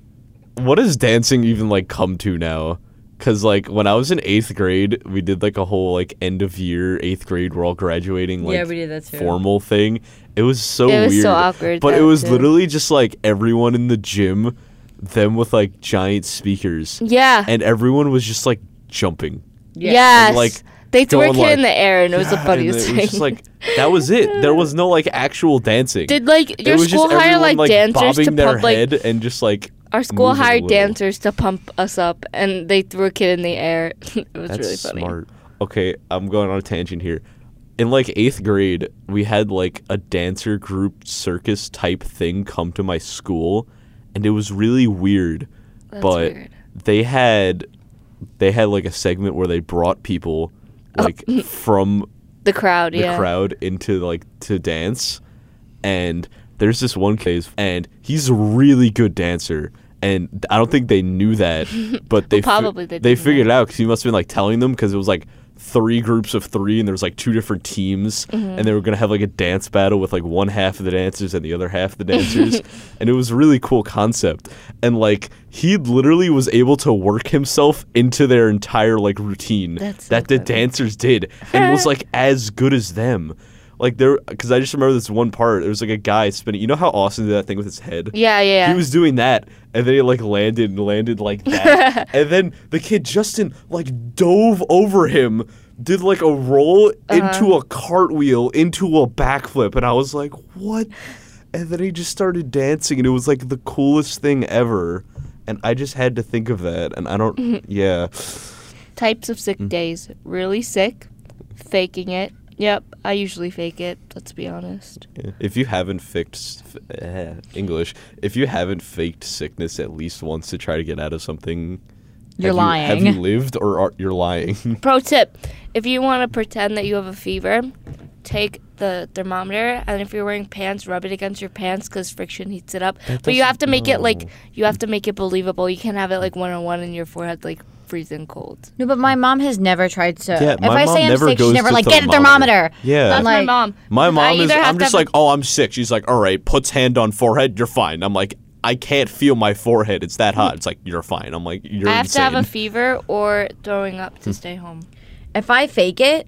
what does dancing even like come to now? Cause like when I was in eighth grade, we did like a whole like end of year eighth grade. We're all graduating. Like, yeah, we did that too. formal thing. It was so It was so weird. awkward, But it though, was too. literally just like everyone in the gym, them with like giant speakers, Yeah. and everyone was just like jumping. Yeah. Yes. And, like, they threw a going, kid like- in the air, and it was Yeah, the and funniest It thing. was just like that was it. There was no like actual dancing. Did like it your was school just hire everyone, like, dancers to bobbing their pump like head and just like our school moving a hired little. dancers to pump us up, and they threw a kid in the air. it was That's really funny. smart. Okay, I'm going on a tangent here. In like eighth grade, we had like a dancer group circus type thing come to my school, and it was really weird. but weird. they had they had like a segment where they brought people Oh. like from The crowd, the yeah. crowd into like to dance and there's this one case and he's a really good dancer and I don't think they knew that but they probably they they didn't figured it out cuz he must have been like telling them cuz it was like three groups of 3 and there was like two different teams Mm-hmm. and they were going to have like a dance battle with like one half of the dancers and the other half of the dancers and it was a really cool concept and like he literally was able to work himself into their entire like routine That's so that the dancers did and was like as good as them. Like there, because I just remember this one part. There was like a guy spinning. You know how Austin did that thing with his head? Yeah, yeah. He was doing that, and then he like landed and landed like that, and then the kid Justin like dove over him, did like a roll Uh-huh. into a cartwheel into a backflip, and I was like, what? And then he just started dancing, and it was like the coolest thing ever. And I just had to think of that, and I don't. yeah. Types of Mm. sick days: really sick, faking it. Yep, I usually fake it. Let's be honest. If you haven't faked f- eh, English, if you haven't faked sickness at least once to try to get out of something, You're have you- lying. have you lived or are you're lying? Pro tip: if you want to pretend that you have a fever, take the thermometer, and if you're wearing pants, rub it against your pants because friction heats it up. but you have to make it like you have to make it believable. You can't have it like one on one in your forehead, like freezing cold. No, but my mom has never tried to. Yeah, if my I mom say I'm never sick, she's goes never to like get a thermometer." thermometer. Yeah. I'm That's like, my mom. My I mom is. either have I'm to just have a- like, oh, I'm sick. She's like, all right, puts hand on forehead. You're fine. I'm like, I can't feel my forehead. It's that hot. It's like you're fine. I'm like, you're I have insane. Hmm. to have a fever or throwing up to stay home. if I fake it,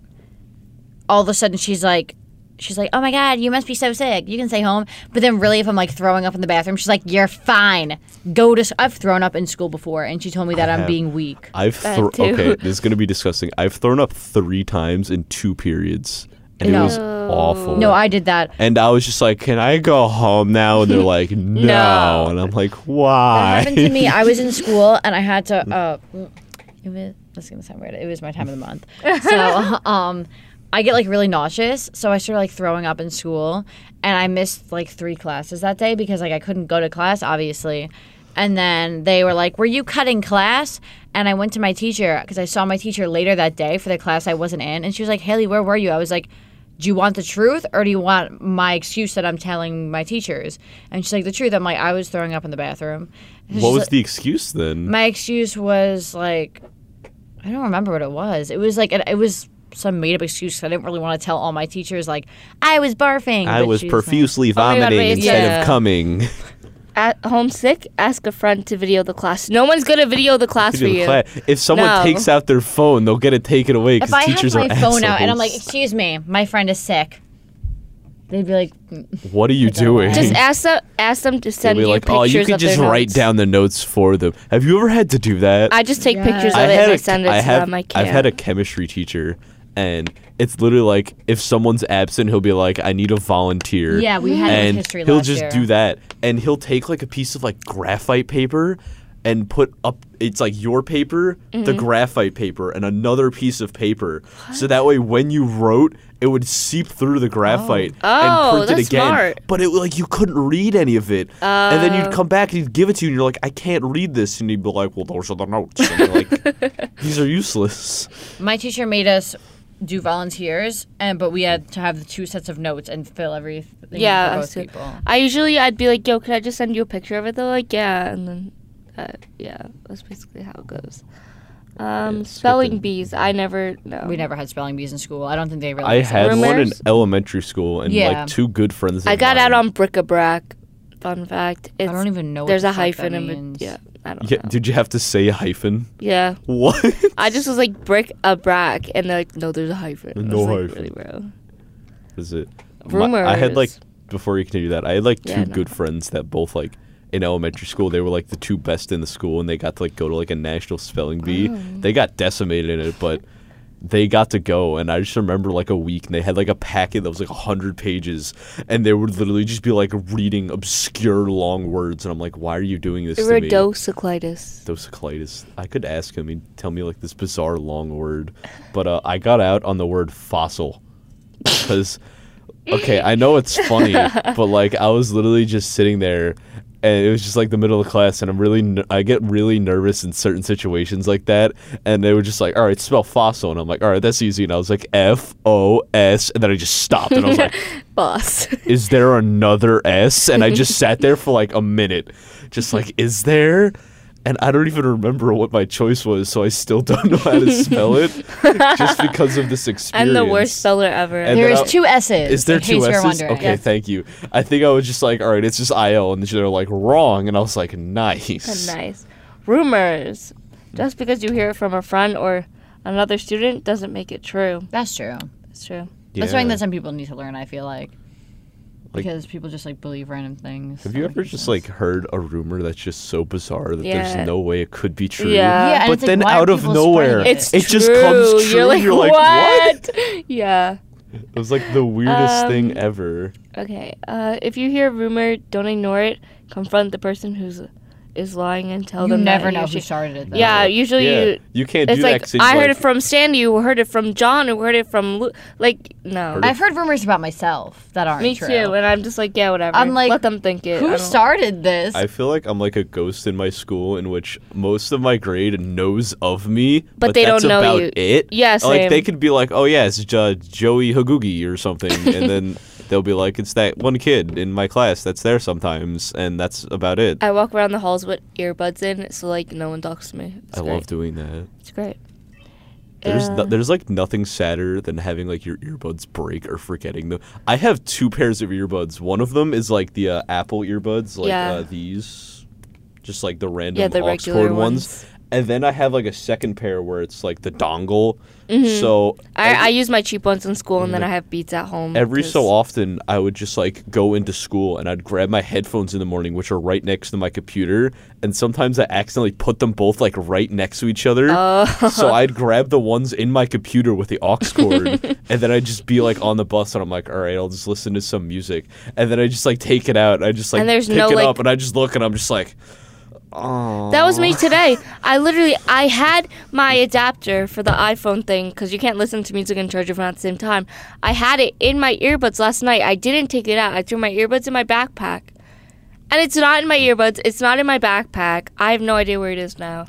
all of a sudden she's like, she's like, oh my god, you must be so sick. You can stay home. But then really, if I'm like throwing up in the bathroom, she's like, you're fine. Go to. s- I've thrown up in school before, and she told me that I'm have. being weak. I've thro- That too. okay. This is gonna be disgusting. I've thrown up three times in two periods, and No. it was awful. No, I did that. And I was just like, "Can I go home now?" And they're like, "No,", No. and I'm like, That "Why?" happened to me. I was in school and I had to. Uh, it was. This is gonna sound weird. It was my time of the month. So, um, I get like really nauseous. So I started like throwing up in school, and I missed like three classes that day because like I couldn't go to class, obviously. And then they were like, "Were you cutting class?" And I went to my teacher because I saw my teacher later that day for the class I wasn't in, and she was like, "Haley, where were you?" I was like. Do you want the truth or do you want my excuse that I'm telling my teachers? And she's like, the truth. I'm like, I was throwing up in the bathroom. And she's what was like- the excuse then? my excuse was like I don't remember what it was. It was like an, it was some made up excuse 'cause I didn't really want to tell all my teachers like I was barfing. I but was she profusely my God, vomiting wait, instead yeah. of coming. At home sick, ask a friend to video the class. No one's gonna video the class for you. if someone No. takes out their phone, they'll get it taken away Like, if because I teachers had my are phone out and I'm like, assholes. excuse me, my friend is sick. They'd be like, mm, What are you doing? Just ask them, ask them to They'll send be you like, pictures oh, you could of their just write notes." down the notes for them. Have you ever had to do that? I just take Yes. pictures of I it and I a- send it I to have, them. I I've can't. had a chemistry teacher, and it's literally like if someone's absent, he'll be like, "I need a volunteer." yeah, we had and history he'll last just year. do that, and he'll take like a piece of like graphite paper, and put up. It's like your paper, the Mm-hmm. graphite paper, and another piece of paper. So that way, when you wrote, it would seep through the graphite Oh, and print that's it again. smart. Oh. But it like you couldn't read any of it, and then you'd come back and he'd give it to you, and you're like, "I can't read this," and he'd be like, "Well, those are the notes." And you're like, "These are useless." My teacher made us do volunteers, and but we had to have the two sets of notes and fill everything Yeah, for I both see. people. I usually I'd be like, yo, could I just send you a picture of it? They're like, yeah, and then, uh, yeah, that's basically how it goes. Um, it's spelling freaking- bees, I never know. We never had spelling bees in school. I don't think they really. I had one in Rumors? elementary school, and Yeah. like two good friends. I of got out mine- on bric-a-brac. Fun fact. It's, I don't even know. What There's the a fuck that hyphen in it. means. Yeah, I don't Yeah, know. did you have to say a hyphen? Yeah, What? I just was like bric-a-brac, and they're like, no, there's a hyphen. I No was like, hyphen. Really, bro. Is it? My- I had like before you continue that, I had like two Yeah, no. good friends that both like in elementary school they were like the two best in the school, and they got to like go to like a national spelling bee. They got decimated in it, but they got to go. And I just remember like a week, and they had like a packet that was like hundred pages, and they would literally just be like reading obscure long words, and I'm like, why are you doing this to me? Iridocyclitis. Doxycyclitis. I could ask him. He'd tell me like this bizarre long word, but uh, I got out on the word fossil because okay, I know it's funny, but like I was literally just sitting there, and it was just like the middle of class, and I'm really ner- I get really nervous in certain situations like that, and they were just like, all right, spell fossil, and I'm like, all right, that's easy, and I was like F O S, and then I just stopped, and I was like Boss. is there another S? And I just sat there for like a minute, just like, is there? And I don't even remember what my choice was, so I still don't know how to spell it just because of this experience. I'm the worst speller ever. And There then is I'll- two S's. Is there in two case You're S's? wondering. Okay, thank you. I think I was just like, all right, it's just IL. And they're like, wrong. And I was like, nice. nice. Rumors. Just because you hear it from a friend or another student doesn't make it true. That's true. That's true. That's something Yeah. that some people need to learn. I feel like because people just like believe random things. Have you ever just like heard a rumor that's just so bizarre that Yeah. there's no way it could be true? Yeah. Yeah, and but it's like, then why are out of people spreading nowhere, it? It's it just comes true. true. You're like, what? yeah. It was like the weirdest Um, thing ever. Okay. Uh, if you hear a rumor, don't ignore it. Confront the person who's is lying and tell You them. that never know who usually- started it. Though. Yeah. Usually you. Uh, you can't It's do like that. 'cause it's I heard it like- from Sandy, who heard it from John, who heard it from Lu- like no. Heard it I've heard rumors about myself that aren't Me true. too, and I'm just like, yeah, whatever. I'm like, let them think it. I Who don't- started this? I feel like I'm like a ghost in my school, in which most of my grade knows of me, but, they don't that's know about you. It. Yeah, Like they same. could be like, "Oh yeah, it's uh, Joey Hagugi or something," and then they'll be like, "It's that one kid in my class that's there sometimes," and that's about it. I walk around the halls with earbuds in, so like no one talks to me. It's I great. love doing that. It's great. There's no, Yeah. there's like nothing sadder than having like your earbuds break or forgetting them. I have two pairs of earbuds. One of them is like the uh, Apple earbuds, like Yeah. uh, these, just like the random Yeah, the aux regular cord ones. ones. And then I have like a second pair where it's like the dongle. So Mm-hmm. I, every- I use my cheap ones in school, and then I have Beats at home. every 'cause- so often i would just like go into school and i'd grab my headphones in the morning which are right next to my computer and sometimes i accidentally put them both like right next to each other Oh. so i'd grab the ones in my computer with the aux cord and then i'd just be like on the bus and i'm like all right i'll just listen to some music and then i just like take it out and i just like And there's pick no, it like- up and i just look and i'm just like oh That was me today. I literally I had my adapter for the iPhone thing because you can't listen to music and charge your phone at the same time. I had it in my earbuds last night. I didn't take it out. I threw my earbuds in my backpack, and it's not in my earbuds. It's not in my backpack. I have no idea where it is now.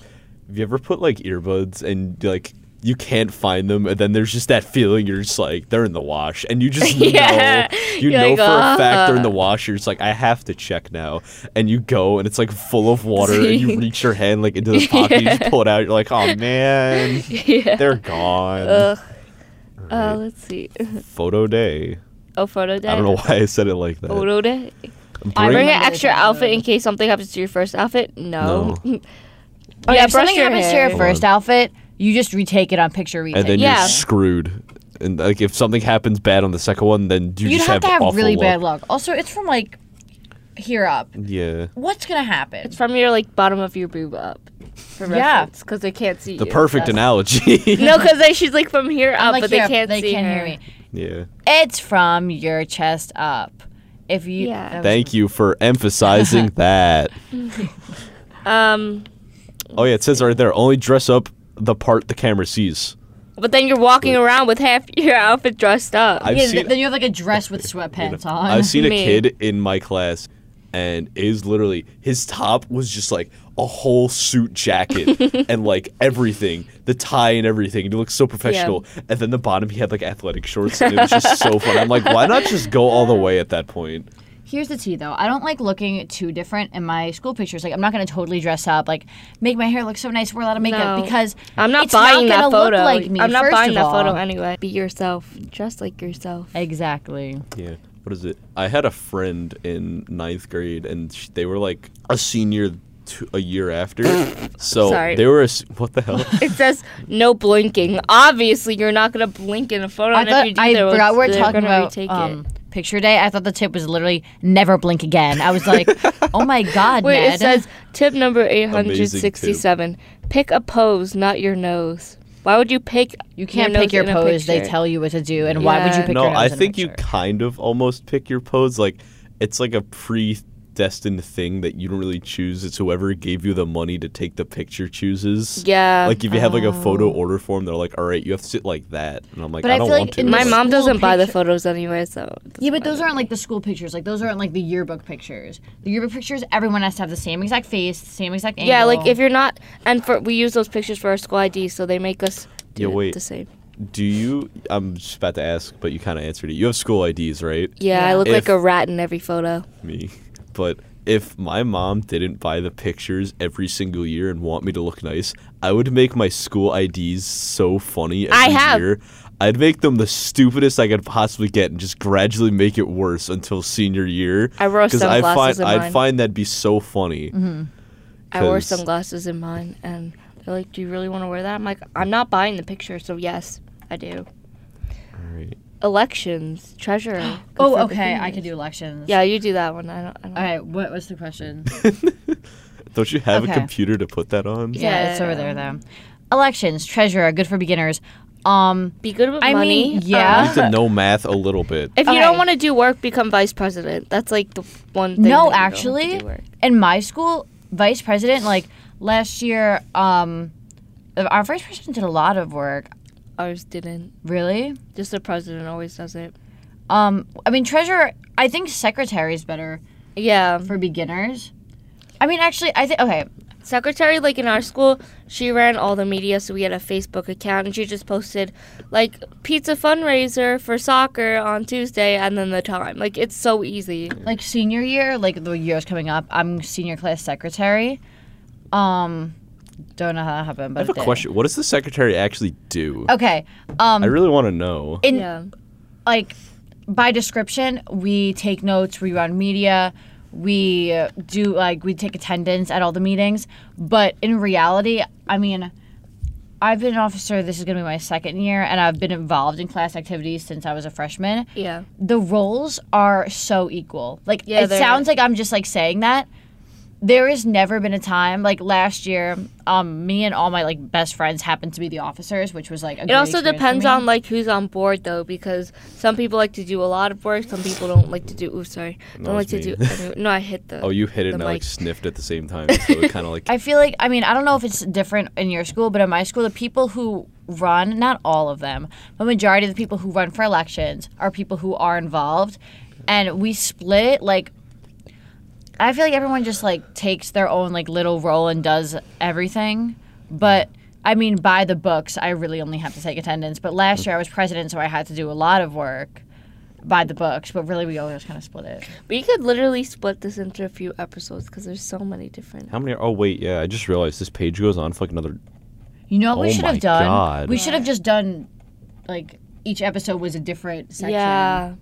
have you ever put like earbuds and like you can't find them, and then there's just that feeling you're just like they're in the wash, and you just Yeah. know you You're know like, for a fact they're in the "Ah." wash. You're just like I have to check now, and you go and it's like full of water, and you reach your hand like into the pocket, you just pull it out. You're like, oh man, they're gone. Ugh. All Uh, right. let's see. Photo day. Oh, photo day. I don't know why I said it like that. Photo day. I Bring- Bring an remember this extra one, outfit though. in case something happens to your first outfit. No. Oh, yeah, Yeah, if something brush your happens hair. to your first outfit, you just retake it on picture retake. and then Yeah. you're screwed. and like if something happens bad on the second one, then you You'd just have, to have awful really luck. bad luck. Also, it's from like here up. Yeah. What's gonna happen? It's from your like bottom of your boob up. For Yeah. reference, because they can't see The you. perfect That's- analogy. No, because she's like from here up, I'm like, but here, they can't they see can't her. hear me. yeah. It's from your chest up. If you Yeah. that was- Thank you for emphasizing that. Um, Oh yeah, it says right there. Only dress up the part the camera sees. but then you're walking around with half your outfit dressed up. I've yeah, th- seen. then you have like a dress with sweatpants on. I've seen a Me. kid in my class, and is literally his top was just like a whole suit jacket and like everything, the tie and everything. He looked so professional, and then the bottom he had like athletic shorts, and it was just so fun. I'm like, why not just go all the way at that point? Here's the tea though. I don't like looking too different in my school pictures. Like I'm not gonna totally dress up, like make my hair look so nice, wear a lot of makeup No. because I'm not it's buying not that gonna photo. Look like me, I'm not first buying of that photo all. anyway. Be yourself. Dress like yourself. Exactly. Yeah. What is it? I had a friend in ninth grade, and sh- they were like a senior. To a year after, so Sorry. they were a s what the hell? It says no blinking. Obviously, you're not gonna blink in a photo. I and thought if you do, I they're- forgot we're they're talking gonna about retake um, it. picture day. I thought the tip was literally never blink again. I was like, oh my god, Wait, Ned. it says tip number Amazing 867. Pick a pose, not your nose. Why would you pick? you can't pick your pose. They tell you what to do, and why would you Yeah. pick no, your nose I in a think you picture? kind of almost pick your pose. Like it's like a predestined thing that you don't really choose. It's whoever gave you the money to take the picture chooses. Yeah. Like if you have like a photo Oh. order form, they're like, "All right, you have to sit like that," and I'm like, But "I I don't feel want like to." in My Like, mom School doesn't buy the picture- photos anyway, so. Yeah, but those aren't like the school pictures. Like those aren't like the yearbook pictures. The yearbook pictures, everyone has to have the same exact face, the same exact angle. Yeah, like if you're not, and for we use those pictures for our school ID, so they make us do Yeah, it wait. the same. Do you? I'm just about to ask, but you kind of answered it. You have school IDs, right? Yeah, I Yeah. look If- like a rat in every photo. Me, but. If my mom didn't buy the pictures every single year and want me to look nice, I would make my school IDs so funny every I have. year. I'd make them the stupidest I could possibly get and just gradually make it worse until senior year. I wore 'Cause find, sunglasses in I'd mine. Mm-hmm. find that'd be so funny. I wore 'Cause- sunglasses in mine, and they're like, "Do you really want to wear that?" I'm like, "I'm not buying the picture, so yes, I do." Alright. Elections, treasurer. Good for oh, the okay, I fingers. can do elections. Yeah, you do that one. I don't. I don't All right. What was the question? Don't you have a Okay. computer to put that on? yeah, it's over there though. Elections, treasurer, good for beginners. Um, Be good with I money. Uh, mean, yeah. You have to know math a little bit. If you don't Okay. want to do work, become vice president. That's like the one thing. no, that you don't have to actually, do work. in my school, vice president, like last year, um, our vice president did a lot of work. ours didn't. Really? Just the president always does it. Um, I mean, treasurer. I think secretary is better Yeah, for beginners. I mean, actually, I think okay. secretary. Like in our school, she ran all the media, so we had a Facebook account, and she just posted like pizza fundraiser for soccer on Tuesday, and then the time. Like it's so easy. like senior year, like the year's coming up, I'm senior class secretary. Um, don't know how that happened, but I have a it did. question. What does the secretary actually do? Oh. Okay, I um, really want to know. in Yeah, like by description, we take notes, we run media, we uh, do like we take attendance at all the meetings. But in reality, I mean, I've been an officer. This is gonna be my second year, and I've been involved in class activities since I was a freshman. yeah. the roles are so equal. Like Yeah, it they're- sounds like I'm just like saying that. There has never been a time like last year. Um, me and all my like best friends happened to be the officers, which was like. A It also depends on like who's on board though, because some people like to do a lot of work, some people don't like to do. Ooh, sorry, don't like was to me. do. any- No, I hit the. Oh, you hit it and I like mic. sniffed at the same time, so it kind of like I feel like I mean I don't know if it's different in your school, but in my school, the people who run, not all of them, but majority of the people who run for elections are people who are involved, and we split it like. I feel like everyone just like takes their own like little role and does everything, but I mean by the books, I really only have to take attendance. But last year I was president, so I had to do a lot of work by the books. But really, we all just kind of split it. But you could literally split this into a few episodes because there's so many different. How many? Oh wait, yeah. I just realized this page goes on for like another. You know what Oh we should my have done? God. We should have just done like each episode was a different section. Yeah,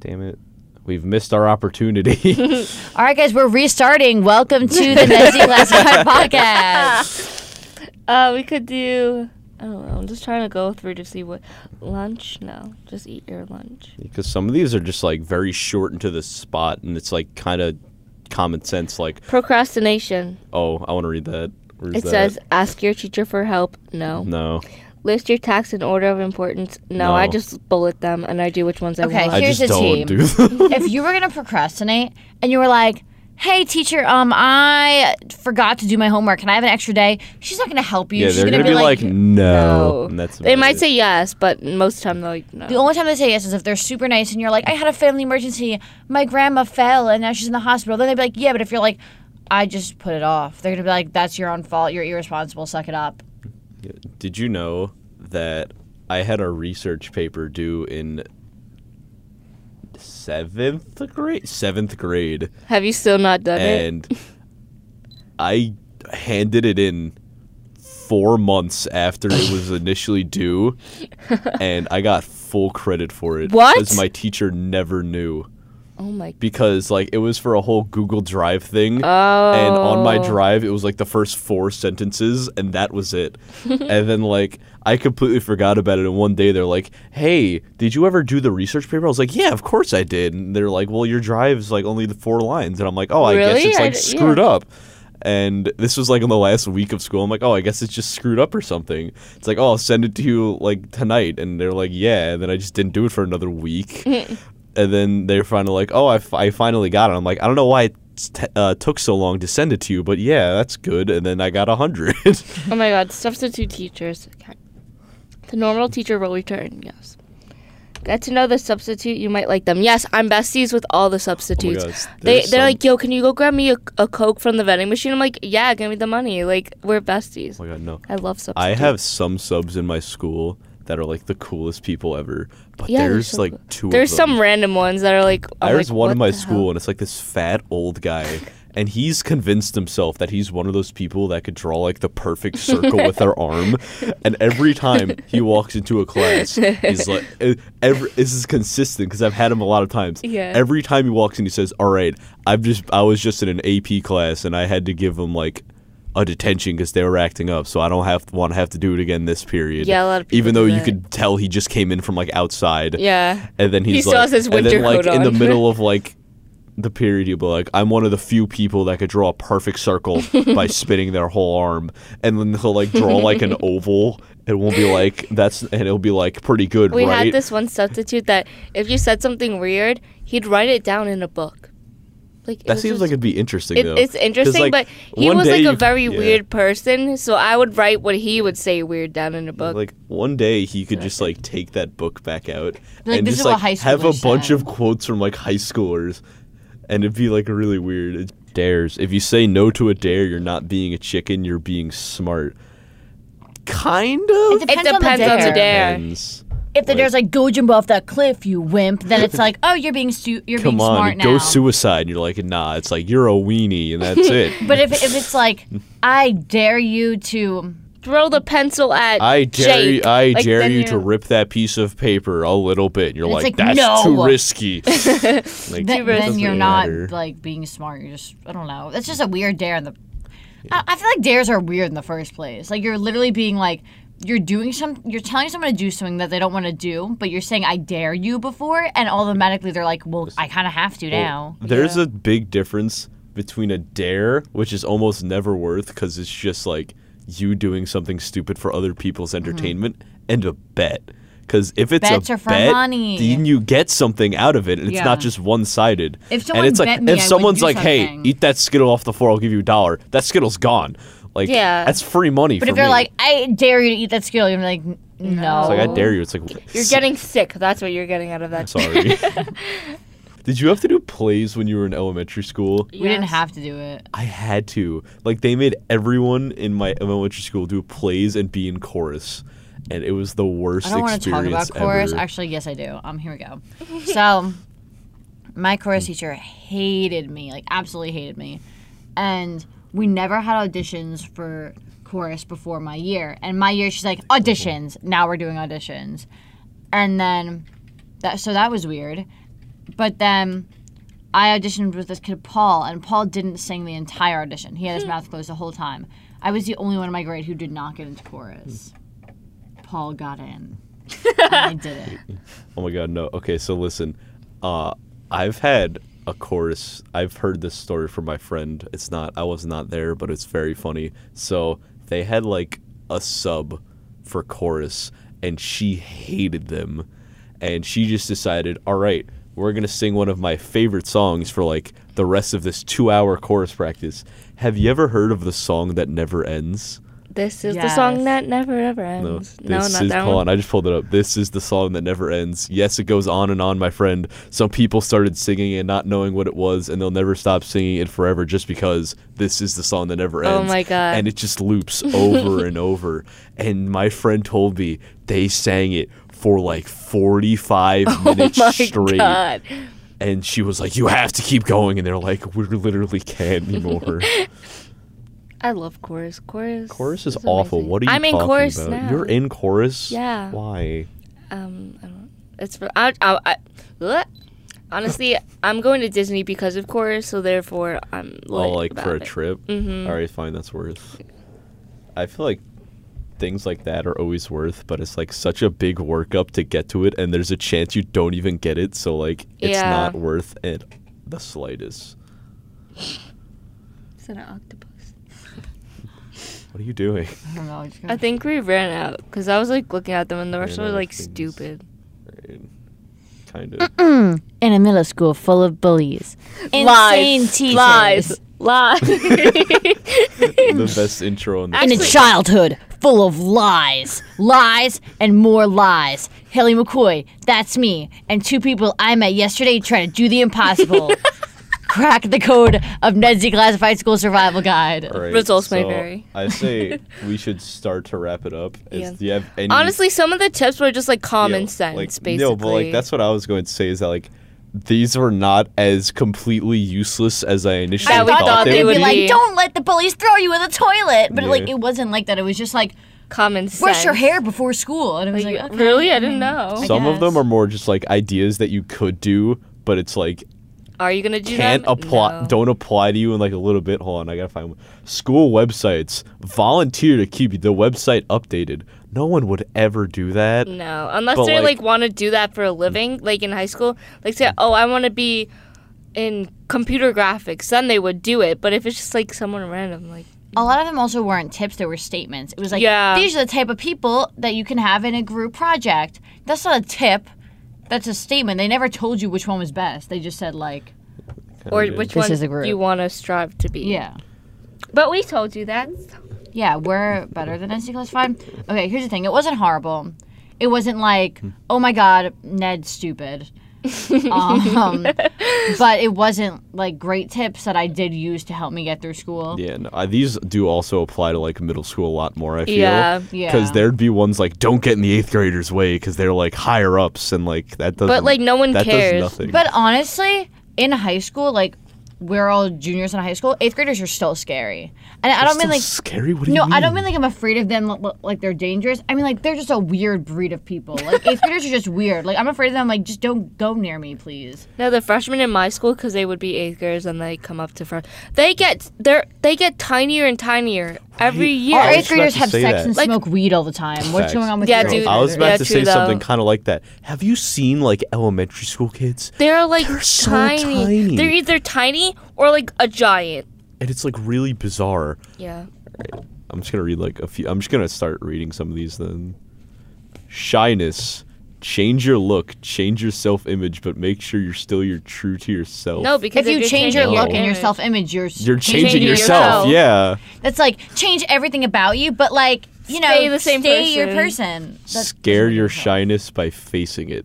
Damn it, we've missed our opportunity. All right, guys, we're restarting. Welcome to the Nessie Last Guy podcast. uh, we could do I don't know. I'm just trying to go through to see what lunch. No, just eat your lunch. Because some of these are just like very short and to the spot, and it's like kind of common sense. Like, Procrastination. oh, I want to read that. Where's It that? says ask your teacher for help. No. no. List your tasks in order of importance. No, I No. just bullet them and I do which ones Okay. I I want. Here's just the team. don't do that. if you were gonna procrastinate and you were like, "Hey, teacher, um, I forgot to do my homework. Can I have an extra day?" She's not gonna help you. yeah, She's they're gonna, be like, no. And that's Oh, they about might it. say yes, but most of the time they're like The no. only time they say yes is if they're super nice and you're like, I had a family emergency. My grandma fell and now she's in the hospital. Then they'd be like, Yeah, but if you're like, I just put it off, they're going to be like, That's your own fault. You're irresponsible. Suck it up. Did you know that I had a research paper due in seventh grade? Seventh grade, Have you still not done it? and I handed it in four months after it was initially due, and I got full credit for it. What? Because my teacher never knew. Oh my. Because like it was for a whole Google Drive thing, and on my Oh. drive it was like the first four sentences and that was it and then like i completely forgot about it and one day they're like hey did you ever do the research paper i was like yeah of course i did and they're like well your drive's like only the four lines and i'm like oh i guess Really? it's I like d- yeah. screwed up and this was like in the last week of school i'm like oh i guess it's just screwed up or something it's like oh i'll send it to you like tonight and they're like yeah and then i just didn't do it for another week and then they're finally like, "Oh, I, f- I finally got it." I'm like, "I don't know why it t- uh, took so long to send it to you, but yeah, that's good." And then I got a hundred. Oh my god, substitute teachers. Okay. The normal teacher will return, yes. Get to know the substitute, you might like them. Yes, I'm besties with all the substitutes. Oh gosh, they, there's they're some- like, yo, can you go grab me a, a Coke from the vending machine? I'm like, yeah, give me the money. Like, we're besties. oh my god, no! I love substitutes. I have some subs in my school that are like the coolest people ever, but Yeah, they're there's so like cool. two. There's of them. some random ones that are like. I'm There's like, one what in my the school, hell? and it's like this fat old guy, and he's convinced himself that he's one of those people that could draw like the perfect circle with their arm. And every time he walks into a class, he's like, e- every, this is consistent because I've had him a lot of times. Yeah. Every time he walks in, he says, "All right, I've just I was just in an AP class, and I had to give him like." A detention because they were acting up, so I don't have to want to have to do it again this period. Yeah, a lot of people even do though you that. could tell he just came in from like outside. Yeah. And then he's He still like, has his and then winter like coat in the on. middle of like the period, he'll be like, "I'm one of the few people that could draw a perfect circle by spinning their whole arm," and then he'll like draw like an oval. It won't be like that's, and it'll be like pretty good, We right? had this one substitute that if you said something weird, he'd write it down in a book. Like it that was seems just- like it'd be interesting. It, though. it's 'Cause, interesting, like, but he one was day like you a could- very yeah. weird person, so I would write what he would say weird down in a book. Like one day he could just like take that book back out Like, and this just is what like high have a schoolers bunch said. of quotes from like high schoolers, and it'd be like really weird. It's dares. If you say no to a dare, you're not being a chicken. You're being smart. Kind of. It it depends, depends on the dare. dare. Depends. If the Like- dare's like, Go jump off that cliff, you wimp, then it's like, Oh, you're being, su- you're Come being on, smart go now. suicide. And you're like, nah. It's like you're a weenie, and that's it. but if, if it's like, I dare you to. Throw the pencil at I dare you, Jake. I Like, dare then you to you're- rip that piece of paper a little bit. And you're And like, it's like, that's no. too risky. like, Then, that then doesn't you're not matter. like being smart. You're just I don't know. That's just a weird dare in the. I, I feel like dares are weird in the first place. Like you're literally being like you're doing some. You're telling someone to do something that they don't want to do, but you're saying I dare you before, and automatically they're like, well, I kind of have to now. There's a big difference between a dare, which is almost never worth because it's just like you doing something stupid for other people's entertainment, and a bet. Because if it's Mm-hmm. Bets a are for bet, money. then you get something out of it, and it's Yeah. not just one-sided. If someone and it's like bet me, I if would someone's do like, "Hey, something." eat that Skittle off the floor, I'll give you a dollar," that Skittle's gone. Like, Yeah. that's free money. But for if they're me. like, I dare you to eat that Skittle, you're like, "N- no. It's like I "Oh, dare you. It's like You're getting sick. That's what you're getting out of that. sorry. Did you have to do plays when you were in elementary school? We didn't Yes. have to do it. I had to. Like they made everyone in my elementary school do plays and be in chorus, and it was the worst I don't want to talk experience about chorus. ever. Actually, yes, I do. Um, here we go. So, my chorus teacher hated me, like absolutely hated me, and we never had auditions for chorus before my year. And my year, she's like auditions. Now we're doing auditions, and then that so that was weird. But then I auditioned with this kid Paul, and Paul didn't sing the entire audition. He had his mouth closed the whole time. I was the only one in my grade who did not get into chorus. Paul got in. and I didn't. Oh my god, no. Okay, so listen. Uh I've had a chorus. I've heard this story from my friend. It's not I was not there, but it's very funny. So they had like a sub for chorus and she hated them. And she just decided, "All right, we're going to sing one of my favorite songs for like the rest of this 2-hour chorus practice. Have you ever heard of the song that never ends?" This is the Yes. song that never ever No, ends. this Um, No, not is that hold one. on. I just pulled it up. This is the song that never ends. Yes, it goes on and on, my friend. Some people started singing it, not knowing what it was, and they'll never stop singing it forever just because this is the song that never Oh ends. my God. And it just loops over and over. And my friend told me they sang it for like forty-five minutes Oh My straight. God. And she was like, "You have to keep going," and they're like, "We literally can't anymore." I love chorus. Chorus. chorus is awful. What are you I'm in talking chorus about? now. You're in chorus. Yeah. Why? Um, I don't. It's for I. I, I bleh. honestly, I'm going to Disney because of chorus, so therefore I'm. Oh, lit like for about a it. trip? Mhm. All right, fine, that's worth. I feel like things like that are always worth, but it's like such a big workup to get to it, and there's a chance you don't even get it, so like it's Yeah. not worth it the slightest. Is that an octopus? What are you doing? I don't know. I just got- I think we ran out because I was like looking at them and they were Ran sort out of of like things. stupid. Kind of. in a middle school full of bullies. Insane Lies. teachers. Lies. Lies. the best intro in the In a Actually- childhood full of lies, lies, and more lies. Haley McCoy, that's me, and two people I met yesterday trying to do the impossible. Crack the code of Ned's Declassified School Survival Guide. All right, Results may so vary. I say we should start to wrap it up. Is, Yeah. Do you have any Honestly, some of the tips were just like common Yeah, sense, like, basically. No, but like that's what I was going to say is that like these were not as completely useless as I initially Yeah, I we thought, they, would be be. like, don't let the bullies throw you in the toilet. But like, Yeah. it wasn't like that. It was just like, common sense. brush your hair before school. And I was Like, like, okay. really? I didn't know. Some of them guess. are more just like ideas that you could do, but it's like Are you gonna do can't that? apply, No. don't apply to you in like a little bit. Hold on, I gotta find one. School websites volunteer to keep the website updated. No one would ever do that. No, unless But, they like- like, want to do that for a living, like in high school. Like say, oh, I want to be in computer graphics, then they would do it. But if it's just like someone random, like a lot of them also weren't tips they were statements it was like Yeah. these are the type of people that you can have in a group project that's not a tip that's a statement they never told you which one was best they just said like or Kinda. which This one is a group. you want to strive to be. yeah But we told you that. yeah we're better than NC classified okay here's the thing it wasn't horrible it wasn't like oh my god ned's stupid um, but it wasn't like great tips that i did use to help me get through school Yeah, no, I, these do also apply to like middle school a lot more. I feel. Yeah, yeah. Because there'd be ones like don't get in the eighth graders' way because they're like higher ups and like that doesn't. But like no one that cares. does nothing. But honestly, in high school, like we're all juniors in high school, eighth graders are still scary. And I don't mean like scary. What do no, you mean? I don't mean like I'm afraid of them, li- li- like they're dangerous. I mean like they're just a weird breed of people. Like eighth graders are just weird. Like I'm afraid of them. Like just don't go near me, please. No, the freshmen in my school, because they would be eighth graders and they come up to front. They get they're they get tinier and tinier every year. Our was eighth about graders to have say sex that. and Like- smoke weed all the time. What's Facts. going on with Yeah, your eighth dude. I was about Yeah, to true, say something though. kind of like that. Have you seen like elementary school kids? They're like They're so tiny. tiny. They're either tiny or like a giant. And it's like really bizarre. Yeah. I'm just gonna read like a few. I'm just gonna start reading some of these then. Shyness. Change your look, change your self image, but make sure you're still your true to yourself. No, because If you you're change your changing look and your image- self image, you're You're changing, changing yourself. yourself. Yeah. That's like change everything about you, but like you know, Stay the same stay your person. person. That's- Scare your shyness by facing it.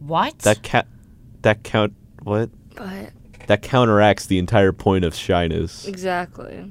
What? That cat. That count. What? But That counteracts the entire point of shyness. exactly.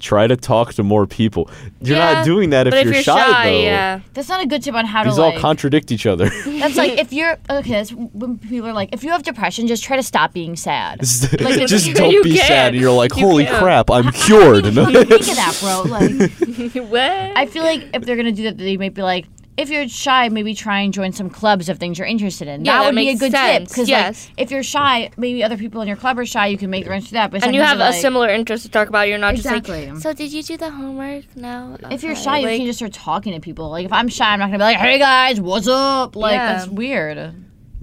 Try to talk to more people. You're Yeah, not doing that if, but you're, shy, though. yeah. that's not a good tip on how These to all like. contradict each other. That's like if you're okay. That's when people are like, if you have depression, just try to stop being sad. Just you don't be can't. sad. And you're like, You holy can't." crap, I'm cured. Think of that, bro. Like, what? I feel like if they're gonna do that, they might be like, if you're shy, maybe try and join some clubs of things you're interested in. Yeah, that would be a makes good tip sense. because Yes. like, if you're shy, maybe other people in your club are shy. You can make the wrench to that. But and you sometimes have you're a like- similar interest to talk about. You're not just Exactly. like. So did you do the homework? No. If you're Okay." shy, you Like, can just start talking to people. Like if I'm shy, I'm not gonna be like, "Hey guys, what's up?" Like Yeah. that's weird.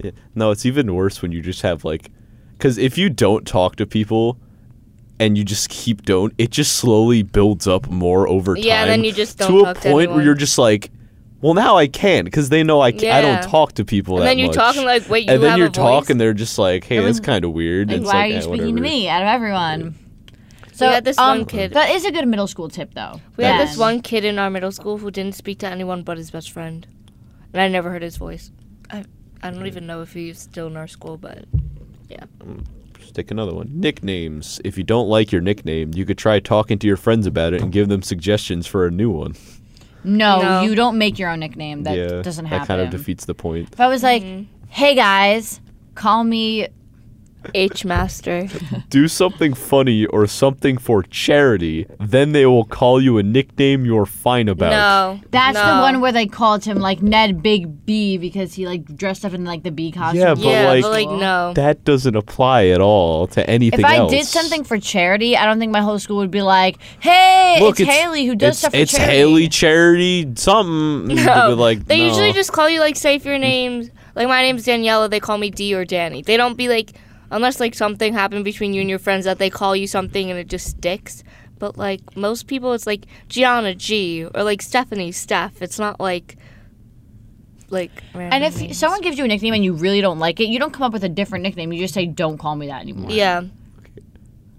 Yeah. No, it's even worse when you just have like, because if you don't talk to people, and you just keep don't, it just slowly builds up more over time. Yeah, then you just don't to talk a to point where anyone. you're just like, well, now I can because they know I can, I Yeah. don't talk to people. And that then you much. talk and like, wait, you and then have you're a voice? talking, they're just like, hey, that's Everyone's kind of weird. Like, it's why like, are you eh, speaking to whatever. me out of everyone? So We had this um, one kid- That is a good middle school tip, though. We had this Ben. one kid in our middle school who didn't speak to anyone but his best friend, and I never heard his voice. I I don't even know if he's still in our school, but Just take another one. Nicknames. If you don't like your nickname, you could try talking to your friends about it and give them suggestions for a new one. No, No. you don't make your own nickname. That yeah, doesn't that happen. kind of defeats the point. if I was like, Mm-hmm. "Hey guys, call me," H master. do something funny or something for charity, then they will call you a nickname you're fine about. no, that's no. the one where they called him like Ned Big B because he like dressed up in like the bee costume. Yeah, but, Yeah, like- but like no. That doesn't apply at all to anything If I else. did something for charity, I don't think my whole school would be like, "Hey, Look, it's, Haley who does it's, stuff for it's charity." Haley Charity something. They'd be No. like, Oh, they no. usually just call you like say if your name's like my name's Daniela, they call me D or Danny. They don't be like unless like something happened between you and your friends that they call you something and it just sticks. But like most people it's like Gianna G or like Stephanie Steph. It's not like like And random if names. someone gives you a nickname and you really don't like it, you don't come up with a different nickname. You just say, "Don't call me that anymore." Yeah.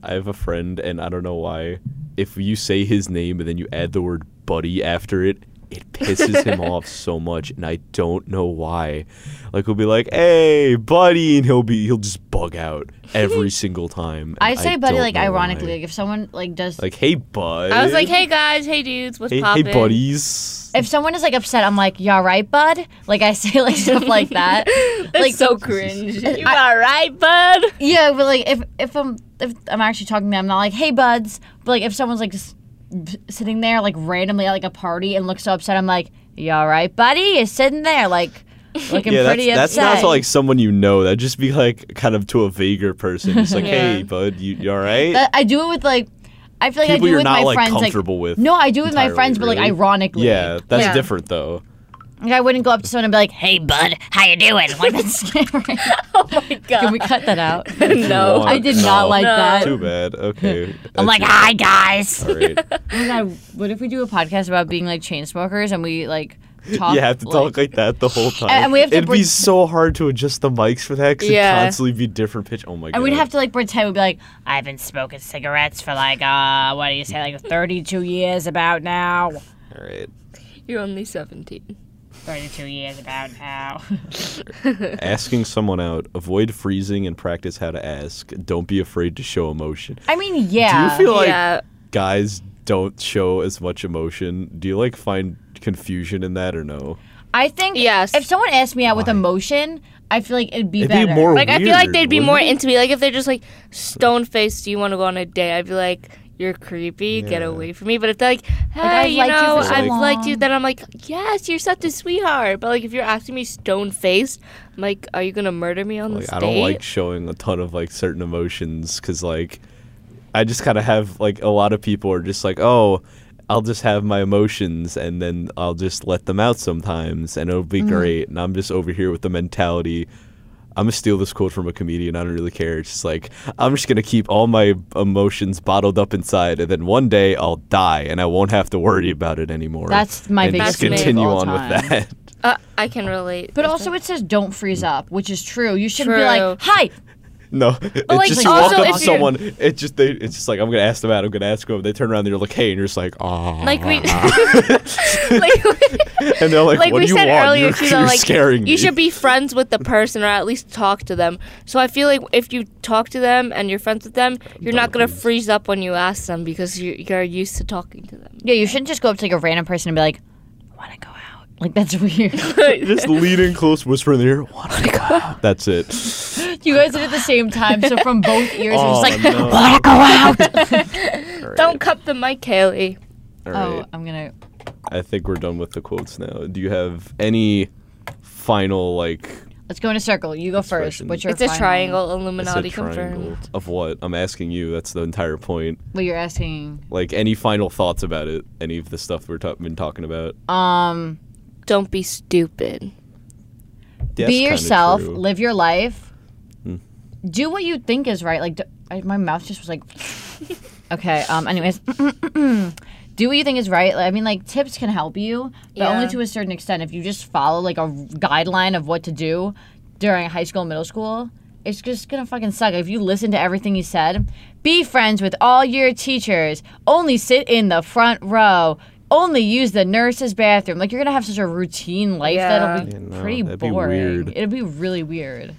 I have a friend, and I don't know why. If you say his name and then you add the word buddy after it, it pisses him off so much, and I don't know why. Like he'll be like, "Hey, buddy," and he'll be he'll just bug out every single time. and I say buddy don't like know why. ironically, like if someone like does Like, hey, bud. I was like, Hey guys, hey dudes, what's hey, hey poppin'? buddies. if someone is like upset, I'm like, "You all right, bud?" Like I say like stuff like that. That's like- so cringe. you alright, bud? Oh Yeah, but like if if I'm if I'm actually talking to them, I'm not like, "Hey, buds," but like if someone's like s- sitting there like randomly at like a party and looks so upset, I'm like, "You all right, buddy?" You're sitting there like looking yeah, that's, pretty that's upset. not to like someone you know. That'd just be like kind of to a vaguer person. Just like, Yeah. hey, bud, you, you all right? That- I do it with like. I feel like I People do you're with not my like friends. comfortable with No, I do with my entirely, friends, but really. like ironically. yeah, that's Yeah. different though. Like I wouldn't go up to someone and be like, "Hey, bud, how you doing?" Like that's scary. Oh my god. Can we cut that out? no. I did not like No. that. Too bad. Okay. I'm like, "Ah, "Hi, guys." all right. Oh my God, what if we do a podcast about being like chain smokers and we like talk? You have to talk like that the whole time. and we have to It'd bring- be so hard to adjust the mics for that because Yeah. it'd constantly be different pitch. Oh my god. And we'd have to like pretend we'd be like, I've been smoking cigarettes for like uh what do you say, like thirty two years about now. All right. You're only seventeen. Thirty two years about now. Asking someone out. Avoid freezing and practice how to ask. Don't be afraid to show emotion. I mean, yeah. Do you feel like yeah. guys don't show as much emotion? Do you like find confusion in that or no? I think Yes. if someone asked me out with emotion, I feel like it'd be It'd be better. more- Like I feel like weird, they'd be wouldn't more it? into me. Like if they're just like stone faced, do you want to go on a date? I'd be like, you're creepy, get Yeah. away from me. But if they're like, hey, I've you liked you know, for so I've liked you, long. then I'm like, yes, you're such a sweetheart. But like if you're asking me stone faced, I'm like, are you gonna murder me on this Like date? I don't like showing a ton of like certain emotions because like I just kind of have like a lot of people are just like oh I'll just have my emotions and then I'll just let them out sometimes and it'll Mm-hmm. be great and I'm just over here with the mentality. I'm gonna steal this quote from a comedian. I don't really care. It's just like I'm just gonna keep all my emotions bottled up inside, and then one day I'll die, and I won't have to worry about it anymore. That's my and biggest move just of continue all on time. with that. Uh, I can relate. But with also, that. it says don't freeze up, which is true. You should be like, True. "Hi, No, it's like, just like, you walk also up if to you- someone. It just they. It's just like I'm gonna ask them out. I'm gonna ask them. They turn around. They're like, hey, and you're just like, ah. like we, like, and they're like, like what we do you said want? earlier you're, too, you're though, like scaring me. you should be friends with the person or at least talk to them. So I feel like if you talk to them and you're friends with them, you're not gonna freeze up when you ask them because you you're used to talking to them. yeah." You shouldn't just go up to like a random person and be like, "Want to go out?" Like that's weird. just leaning close, whispering in the ear. "Wanna go out?" That's it. you guys did it at the same time, so from both ears, it Oh, was like, no. "Wanna go out?" Don't cut the mic, Haley. All Oh, right. I'm gonna I think we're done with the quotes now. Do you have any final like? Let's go in a circle. You go first. Expression. What's your It's a final- triangle. it's a Illuminati triangle confirmed. of what? I'm asking you. That's the entire point. Well, you're asking. Like any final thoughts about it? Any of the stuff we've ta- been talking about? Um, Don't be stupid. That's be kinda yourself. true. Hmm. Live your life. Do what you think is right. Like d I my mouth just was like. okay. Um. Anyways. Do what you think is right. Like, I mean, like tips can help you, but only Yeah. to a certain extent. If you just follow like a guideline of what to do during high school, and middle school, it's just gonna fucking suck. If you listen to everything he said, be friends with all your teachers. Only sit in the front row. Only use the nurse's bathroom. Like you're gonna have such a routine life that'll Yeah. be Yeah, no, pretty that'd be boring. weird. It'd be really weird.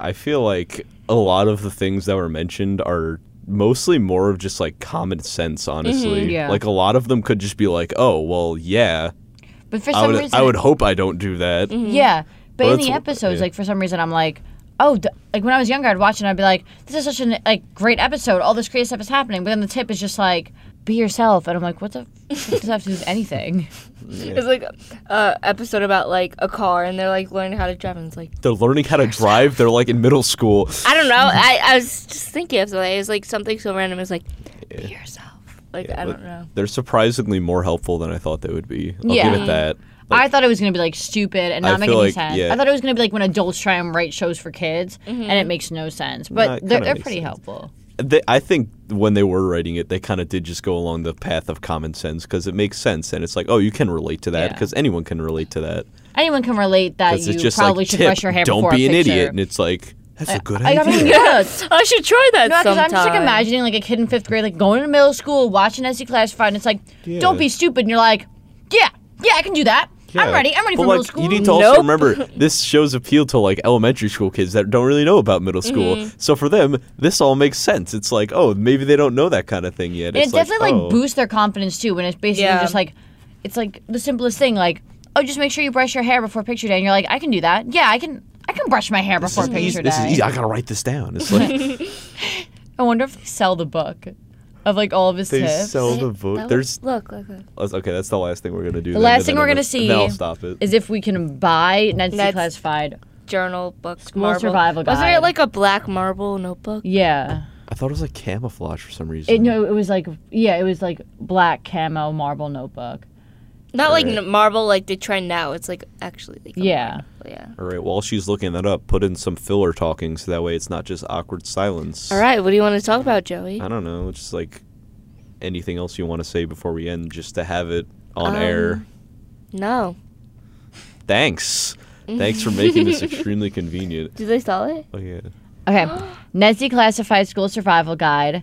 I feel like a lot of the things that were mentioned are mostly more of just like common sense, honestly. Mm-hmm, Yeah. Like a lot of them could just be like, oh, well, yeah, But for some I would, reason, Mm-hmm. I would hope I don't do that. Yeah, but Well, in the that's- episodes, yeah. like for some reason, I'm like, oh, d- like when I was younger, I'd watch it and I'd be like, this is such a like great episode. All this great stuff is happening. But then the tip is just like, be yourself, and I'm like, what the f- does that have to do with anything? It's like a episode about like a car and they're like learning how to drive and it's like They're learning how to drive. They're like in middle school. I don't know. Mm-hmm. I, I was just thinking of something. It was like something so random. It was like be yourself. Like I but don't know. They're surprisingly more helpful than I thought they would be. I'll Yeah. give it that. Like, I thought it was gonna be like stupid and I not make feel any like- sense. yeah. I thought it was gonna be like when adults try and write shows for kids, and it makes no sense. Nah, But it they're, kinda they're makes pretty sense. helpful. they, I think when they were writing it, they kind of did just go along the path of common sense because it makes sense. And it's like, oh, you can relate to that Yeah. because anyone can relate to that. Anyone can relate that 'Cause you it's just probably like, should tip, brush your hair don't before be a an picture. idiot. And it's like, that's a good I, I idea. mean, yes. I should try that No, because sometime. I'm just like imagining like a kid in fifth grade like going to middle school, watching SC Classified, and it's like, don't Yeah. be stupid. And you're like, yeah, yeah, I can do that. I'm Yeah. ready. I'm ready but for like, middle school. You need to also remember this shows appeal to like elementary school kids that don't really know about middle school. Mm-hmm. So for them, this all makes sense. It's like, oh, maybe they don't know that kind of thing and yet. it's it definitely oh. like boosts their confidence too. When it's basically Yeah. just like, it's like the simplest thing. Like, oh, just make sure you brush your hair before picture day. And you're like, I can do that. Yeah, I can. I can brush my hair before This is easy- picture this is day. easy. I gotta write this down. It's like I wonder if they sell the book of like all of his they tips. sell the vote. There's look, look, look. okay. That's the last thing we're gonna do. The last thing we're gonna see Now stop it. is if we can buy Ned's Ned's- Classified. Journal book. School marble. survival Wasn't guide. it like a black marble notebook? Yeah. I thought it was like camouflage for some reason. It, no, it was like yeah, it was like black camo marble notebook. Not like Right. n- marble like they trend now. It's like actually like a Yeah. marble, yeah. All right. While she's looking that up, put in some filler talking so that way it's not just awkward silence. All right, what do you want to talk about, Joey? I don't know, just like anything else you want to say before we end, just to have it on Um, air. No. Thanks. Thanks for making this extremely convenient. Do they sell it? Oh yeah. Okay, NESD Classified School Survival Guide.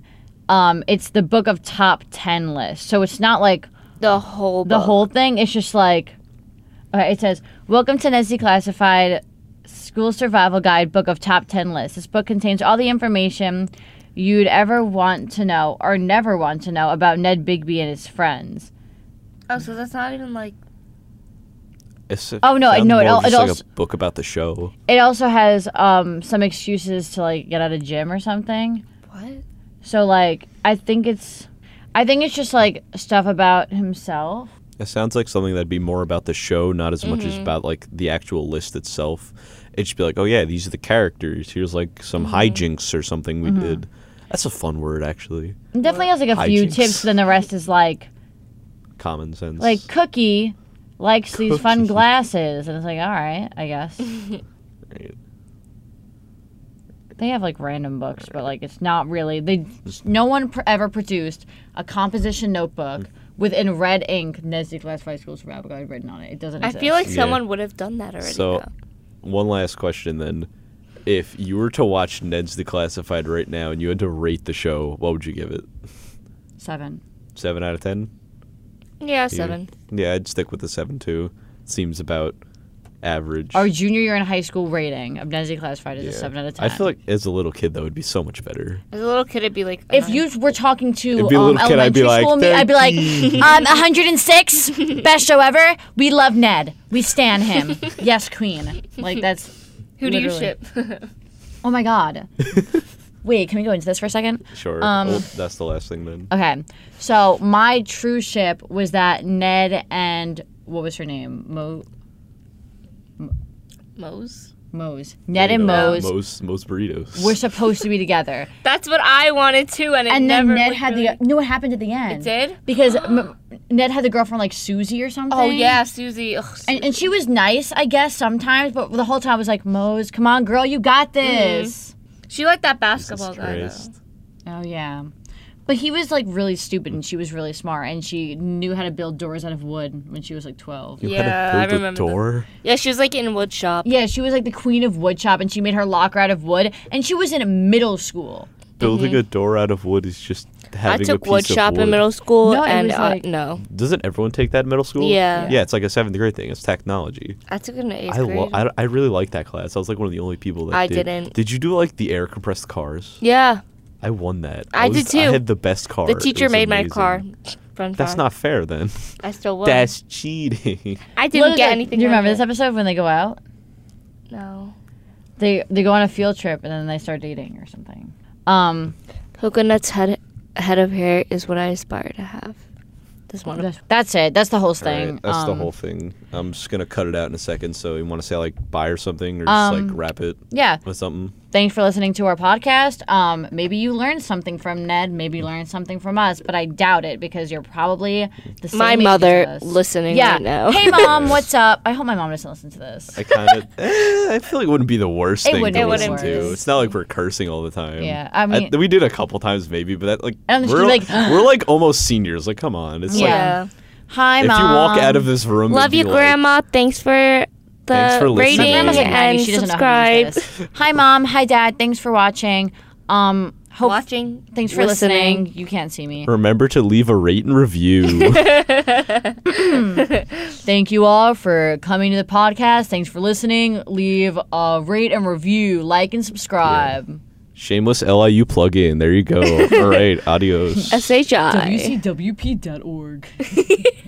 Um, it's the book of top ten list, so it's not like The whole the book. whole thing. It's just like okay, it says, "Welcome to NESD Classified School Survival Guide Book of Top Ten List." This book contains all the information you'd ever want to know or never want to know about Ned Bigby and his friends. Oh, so that's not even like It's a- Oh, no, I sounded know, it more al- of it just like als- a book about the show. It also has um, some excuses to like get out of gym or something. what? So like I think it's I think it's just like stuff about himself. It sounds like something that'd be more about the show, not as much Mm-hmm. as about like the actual list itself. It'd just be like, oh yeah, these are the characters. Here's like some Mm-hmm. hijinks or something we did. That's a fun word, actually. It definitely has like a few Hijinks. tips, then the rest is like Common sense. like Cookie likes these fun Cookie. glasses and it's like, all right, I guess. Right. They have like random books, but like it's not really they no one pr- ever produced a composition Hmm. notebook with in red ink Nessie Classified School Survival Guide written on it. It doesn't I exist. feel like Yeah. someone would have done that already. So, though. one last question then. If you were to watch Ned's Declassified right now and you had to rate the show, what would you give it? seven. Seven out of ten? yeah, seven. Yeah, I'd stick with the seven too. Seems about average. Our junior year in high school rating of Nessie Classified is Yeah. a seven out of ten. I feel like as a little kid that would be so much better. As a little kid, it'd be like a If nine. you were talking to It'd be a um, little kid, I'd be elementary like, school me, I'd be like, um, 106, best show ever. We love Ned. We stan him. yes, queen. Like that's. who do you literally- ship? Oh my god. Wait, can we go into this for a second? Sure. Um, well, that's the last thing then. Okay. So my true ship was that Ned and what was her name? Mo Moe's. Mose. Ned and Mose Most most burritos. were supposed to be together. That's what I wanted too, and it And then never Ned was had really- the no. It happened at the end. did? because m- Ned had the girlfriend like Susie or something. Oh yeah, Susie. Ugh, Susie. And, and she was nice, I guess, sometimes, but the whole time I was like, Mose, come on, girl, you got this. she liked that Jesus basketball guy though. Christ. Oh, yeah. But he was like really stupid and she was really smart and she knew how to build doors out of wood when she was like 12. You Yeah, had I to build remember a that. door. Yeah, she was like in wood shop. Yeah, she was like the queen of wood shop and she made her locker out of wood and she was in middle school. Building a door out of wood is just I having a took piece wood of shop wood. in middle school, No, it and was uh, like- no, Doesn't everyone take that in middle school? Yeah. Yeah, it's like a seventh grade thing. It's technology. I took it in eighth I, grade. lo- I I really liked that class. I was like one of the only people that I did. didn't. Did you do like the air compressed cars? yeah, I won that. I did was- too. I had the best car. the It teacher was made my amazing. car. Fun That's fact. not fair then. I still won. That's cheating. I didn't Look, get like, anything. Do you remember out of this episode when they go out? it. No. They they go on a field trip and then they start dating or something. Um, Coconut's head head of hair is what I aspire to have. This one. that's, that's it. That's the whole thing. Alright, that's the Um, whole thing. I'm just gonna cut it out in a second. So you want to say like bye or something, or just Um, like wrap it Yeah. with something? Thanks for listening to our podcast. Um, maybe you learned something from Ned. Maybe you learned something from us, but I doubt it because you're probably the same. My age as mother us. listening Yeah. right now. hey, mom, what's up? I hope my mom doesn't listen to this. I kind of. I feel like it wouldn't be the worst It thing wouldn't to be listen worse. to. It's not like we're cursing all the time. Yeah, I mean- we did a couple times maybe, but that like I don't think she'd we're be like, like, we're like almost seniors. Like, come on, it's like Yeah. Hi, if mom. you walk out of this room, Love and be you, like, Grandma. Thanks for the Thanks for listening. rating My grandma's like and ninety. She doesn't know subscribe. how to use this. Hi, mom. Hi, dad. Thanks for watching. Um, hope. Watching. Thanks for listening. You can't see me. Remember to leave a rate and review. Thank you all for coming to the podcast. Thanks for listening. Leave a rate and review, like and subscribe. Shameless LIU plug-in. There you go. All right, adios. S H I. WCWP.org.